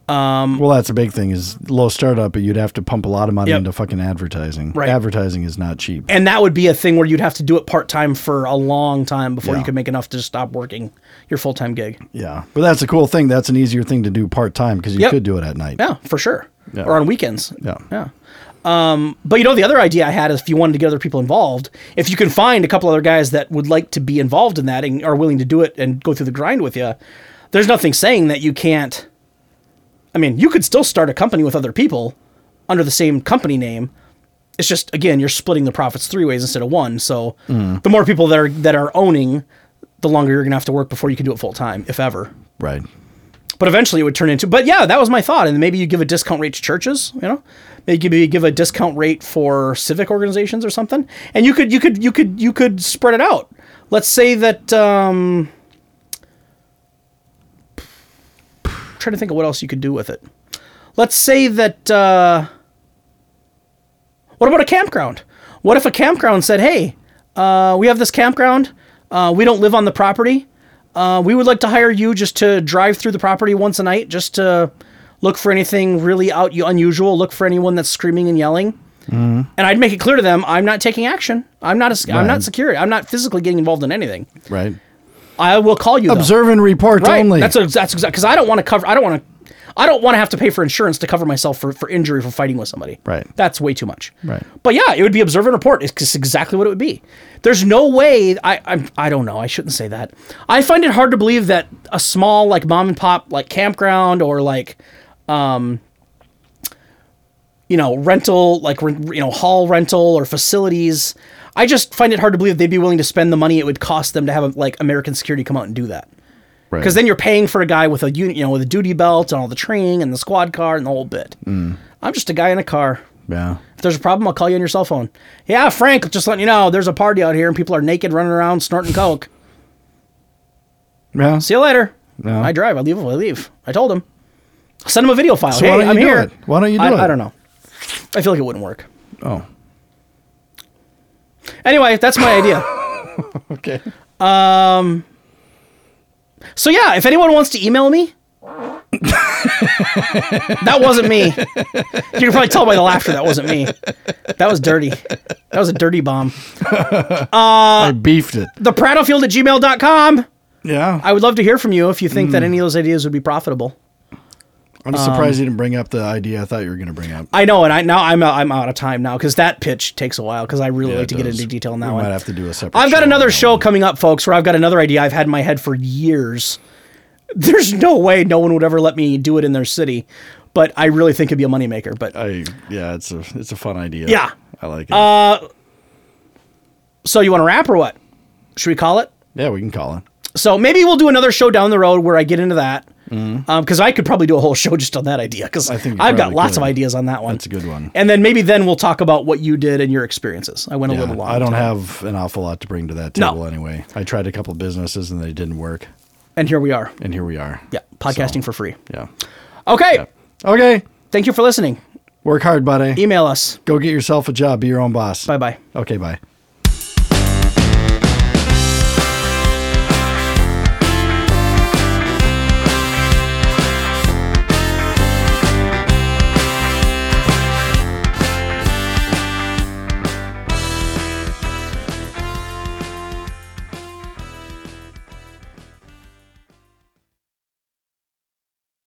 C: Well, that's a big thing is low startup, but you'd have to pump a lot of money
B: Yep.
C: into fucking advertising.
B: Right.
C: Advertising is not cheap.
B: and that would be a thing where you'd have to do it part time for a long time before you
C: Yeah.
B: could make enough to just stop working your full time gig.
C: yeah. But that's a cool thing. That's an easier thing to do part time because you
B: Yep.
C: could do it at night.
B: Yeah, for sure.
C: Yeah.
B: Or on weekends.
C: Yeah.
B: Yeah. Um, but you know, the other idea I had is if you wanted to get other people involved, if you can find a couple other guys that would like to be involved in that and are willing to do it and go through the grind with you, there's nothing saying that you can't. I mean, you could still start a company with other people under the same company name. It's just again, you're splitting the profits three ways instead of one. So
C: Mm.
B: the more people that are that are owning, the longer you're gonna have to work before you can do it full time, if ever
C: Right.
B: but eventually it would turn into but yeah that was my thought and maybe you give a discount rate to churches you know maybe you give a discount rate for civic organizations or something and you could you could you could you could spread it out let's say that um trying to think of what else you could do with it let's say that uh what about a campground what if a campground said hey uh, we have this campground uh, we don't live on the property uh, we would like to hire you just to drive through the property once a night, just to look for anything really out unusual. Look for anyone that's screaming and yelling. And I'd make it clear to them, I'm not taking action. I'm not. A, I'm not
C: Right.
B: secure. I'm not physically getting involved in anything.
C: Right.
B: I will call you. though.
C: Observe and report
B: Right.
C: only.
B: That's a, that's exactly because I don't want to cover. I don't want to. I don't want to have to pay for insurance to cover myself for, for injury for fighting with somebody.
C: Right.
B: That's way too much.
C: Right.
B: But yeah, it would be observe and report. It's just exactly what it would be. There's no way. I I'm, I don't know. I shouldn't say that. I find it hard to believe that a small like mom and pop like campground or like, um, you know, rental like re- you know hall rental or facilities. I just find it hard to believe they'd be willing to spend the money it would cost them to have like American security come out and do that
C: right.
B: because then you're paying for a guy with a uni- you know with a duty belt and all the training and the squad car and the whole bit.
C: Mm.
B: I'm just a guy in a car.
C: yeah.
B: If there's a problem, I'll call you on your cell phone. Yeah, Frank, just letting you know, there's a party out here and people are naked running around snorting coke.
C: Yeah.
B: See you later.
C: Yeah.
B: I drive. I leave. I leave. I told him. Send him a video file.
C: So
B: hey,
C: why don't you
B: I'm
C: do
B: here.
C: it? Why don't you do
B: I,
C: it?
B: I don't know. I feel like it wouldn't work.
C: Oh.
B: Anyway, that's my idea.
C: Okay.
B: So yeah, if anyone wants to email me, that wasn't me. You can probably tell by the laughter that wasn't me. That was dirty. That was a dirty bomb.
C: I beefed it.
B: The Prattlefield at gmail.com.
C: Yeah.
B: I would love to hear from you if you think
C: Mm.
B: that any of those ideas would be profitable.
C: I'm
B: um,
C: surprised you didn't bring up the idea I thought you were going to bring up.
B: I know, and I now I'm out, I'm out of time now because that pitch takes a while because I really
C: Yeah,
B: like
C: it
B: to get
C: does.
B: into detail on that
C: we
B: one.
C: might have to do a separate.
B: I've got
C: show on
B: another
C: that
B: show
C: one.
B: coming up, folks, where I've got another idea I've had in my head for years. There's no way no one would ever let me do it in their city, but I really think it'd be a moneymaker. But
C: I yeah, it's a it's a fun idea.
B: Yeah. Uh,
C: I like it.
B: So you want to wrap or what? Should we call it?
C: yeah, we can call it.
B: So maybe we'll do another show down the road where I get into that. Because I could probably do a whole show just on that idea. Because
C: Mm-hmm. I think you
B: I've got
C: probably
B: lots of
C: could.
B: ideas on that one.
C: That's a good one.
B: And then maybe then we'll talk about what you did and your experiences. I went a little
C: Yeah,
B: long.
C: I don't
B: time.
C: have an awful lot to bring to that
B: No.
C: table anyway. I tried a couple of businesses and they didn't work,
B: And here we are.
C: and here we are.
B: Yeah, podcasting for free.
C: Yeah.
B: Okay,
C: Okay.
B: thank you for listening.
C: Work hard, buddy.
B: Email us.
C: Go get yourself a job. Be your own boss.
B: Bye bye.
C: Okay. Bye.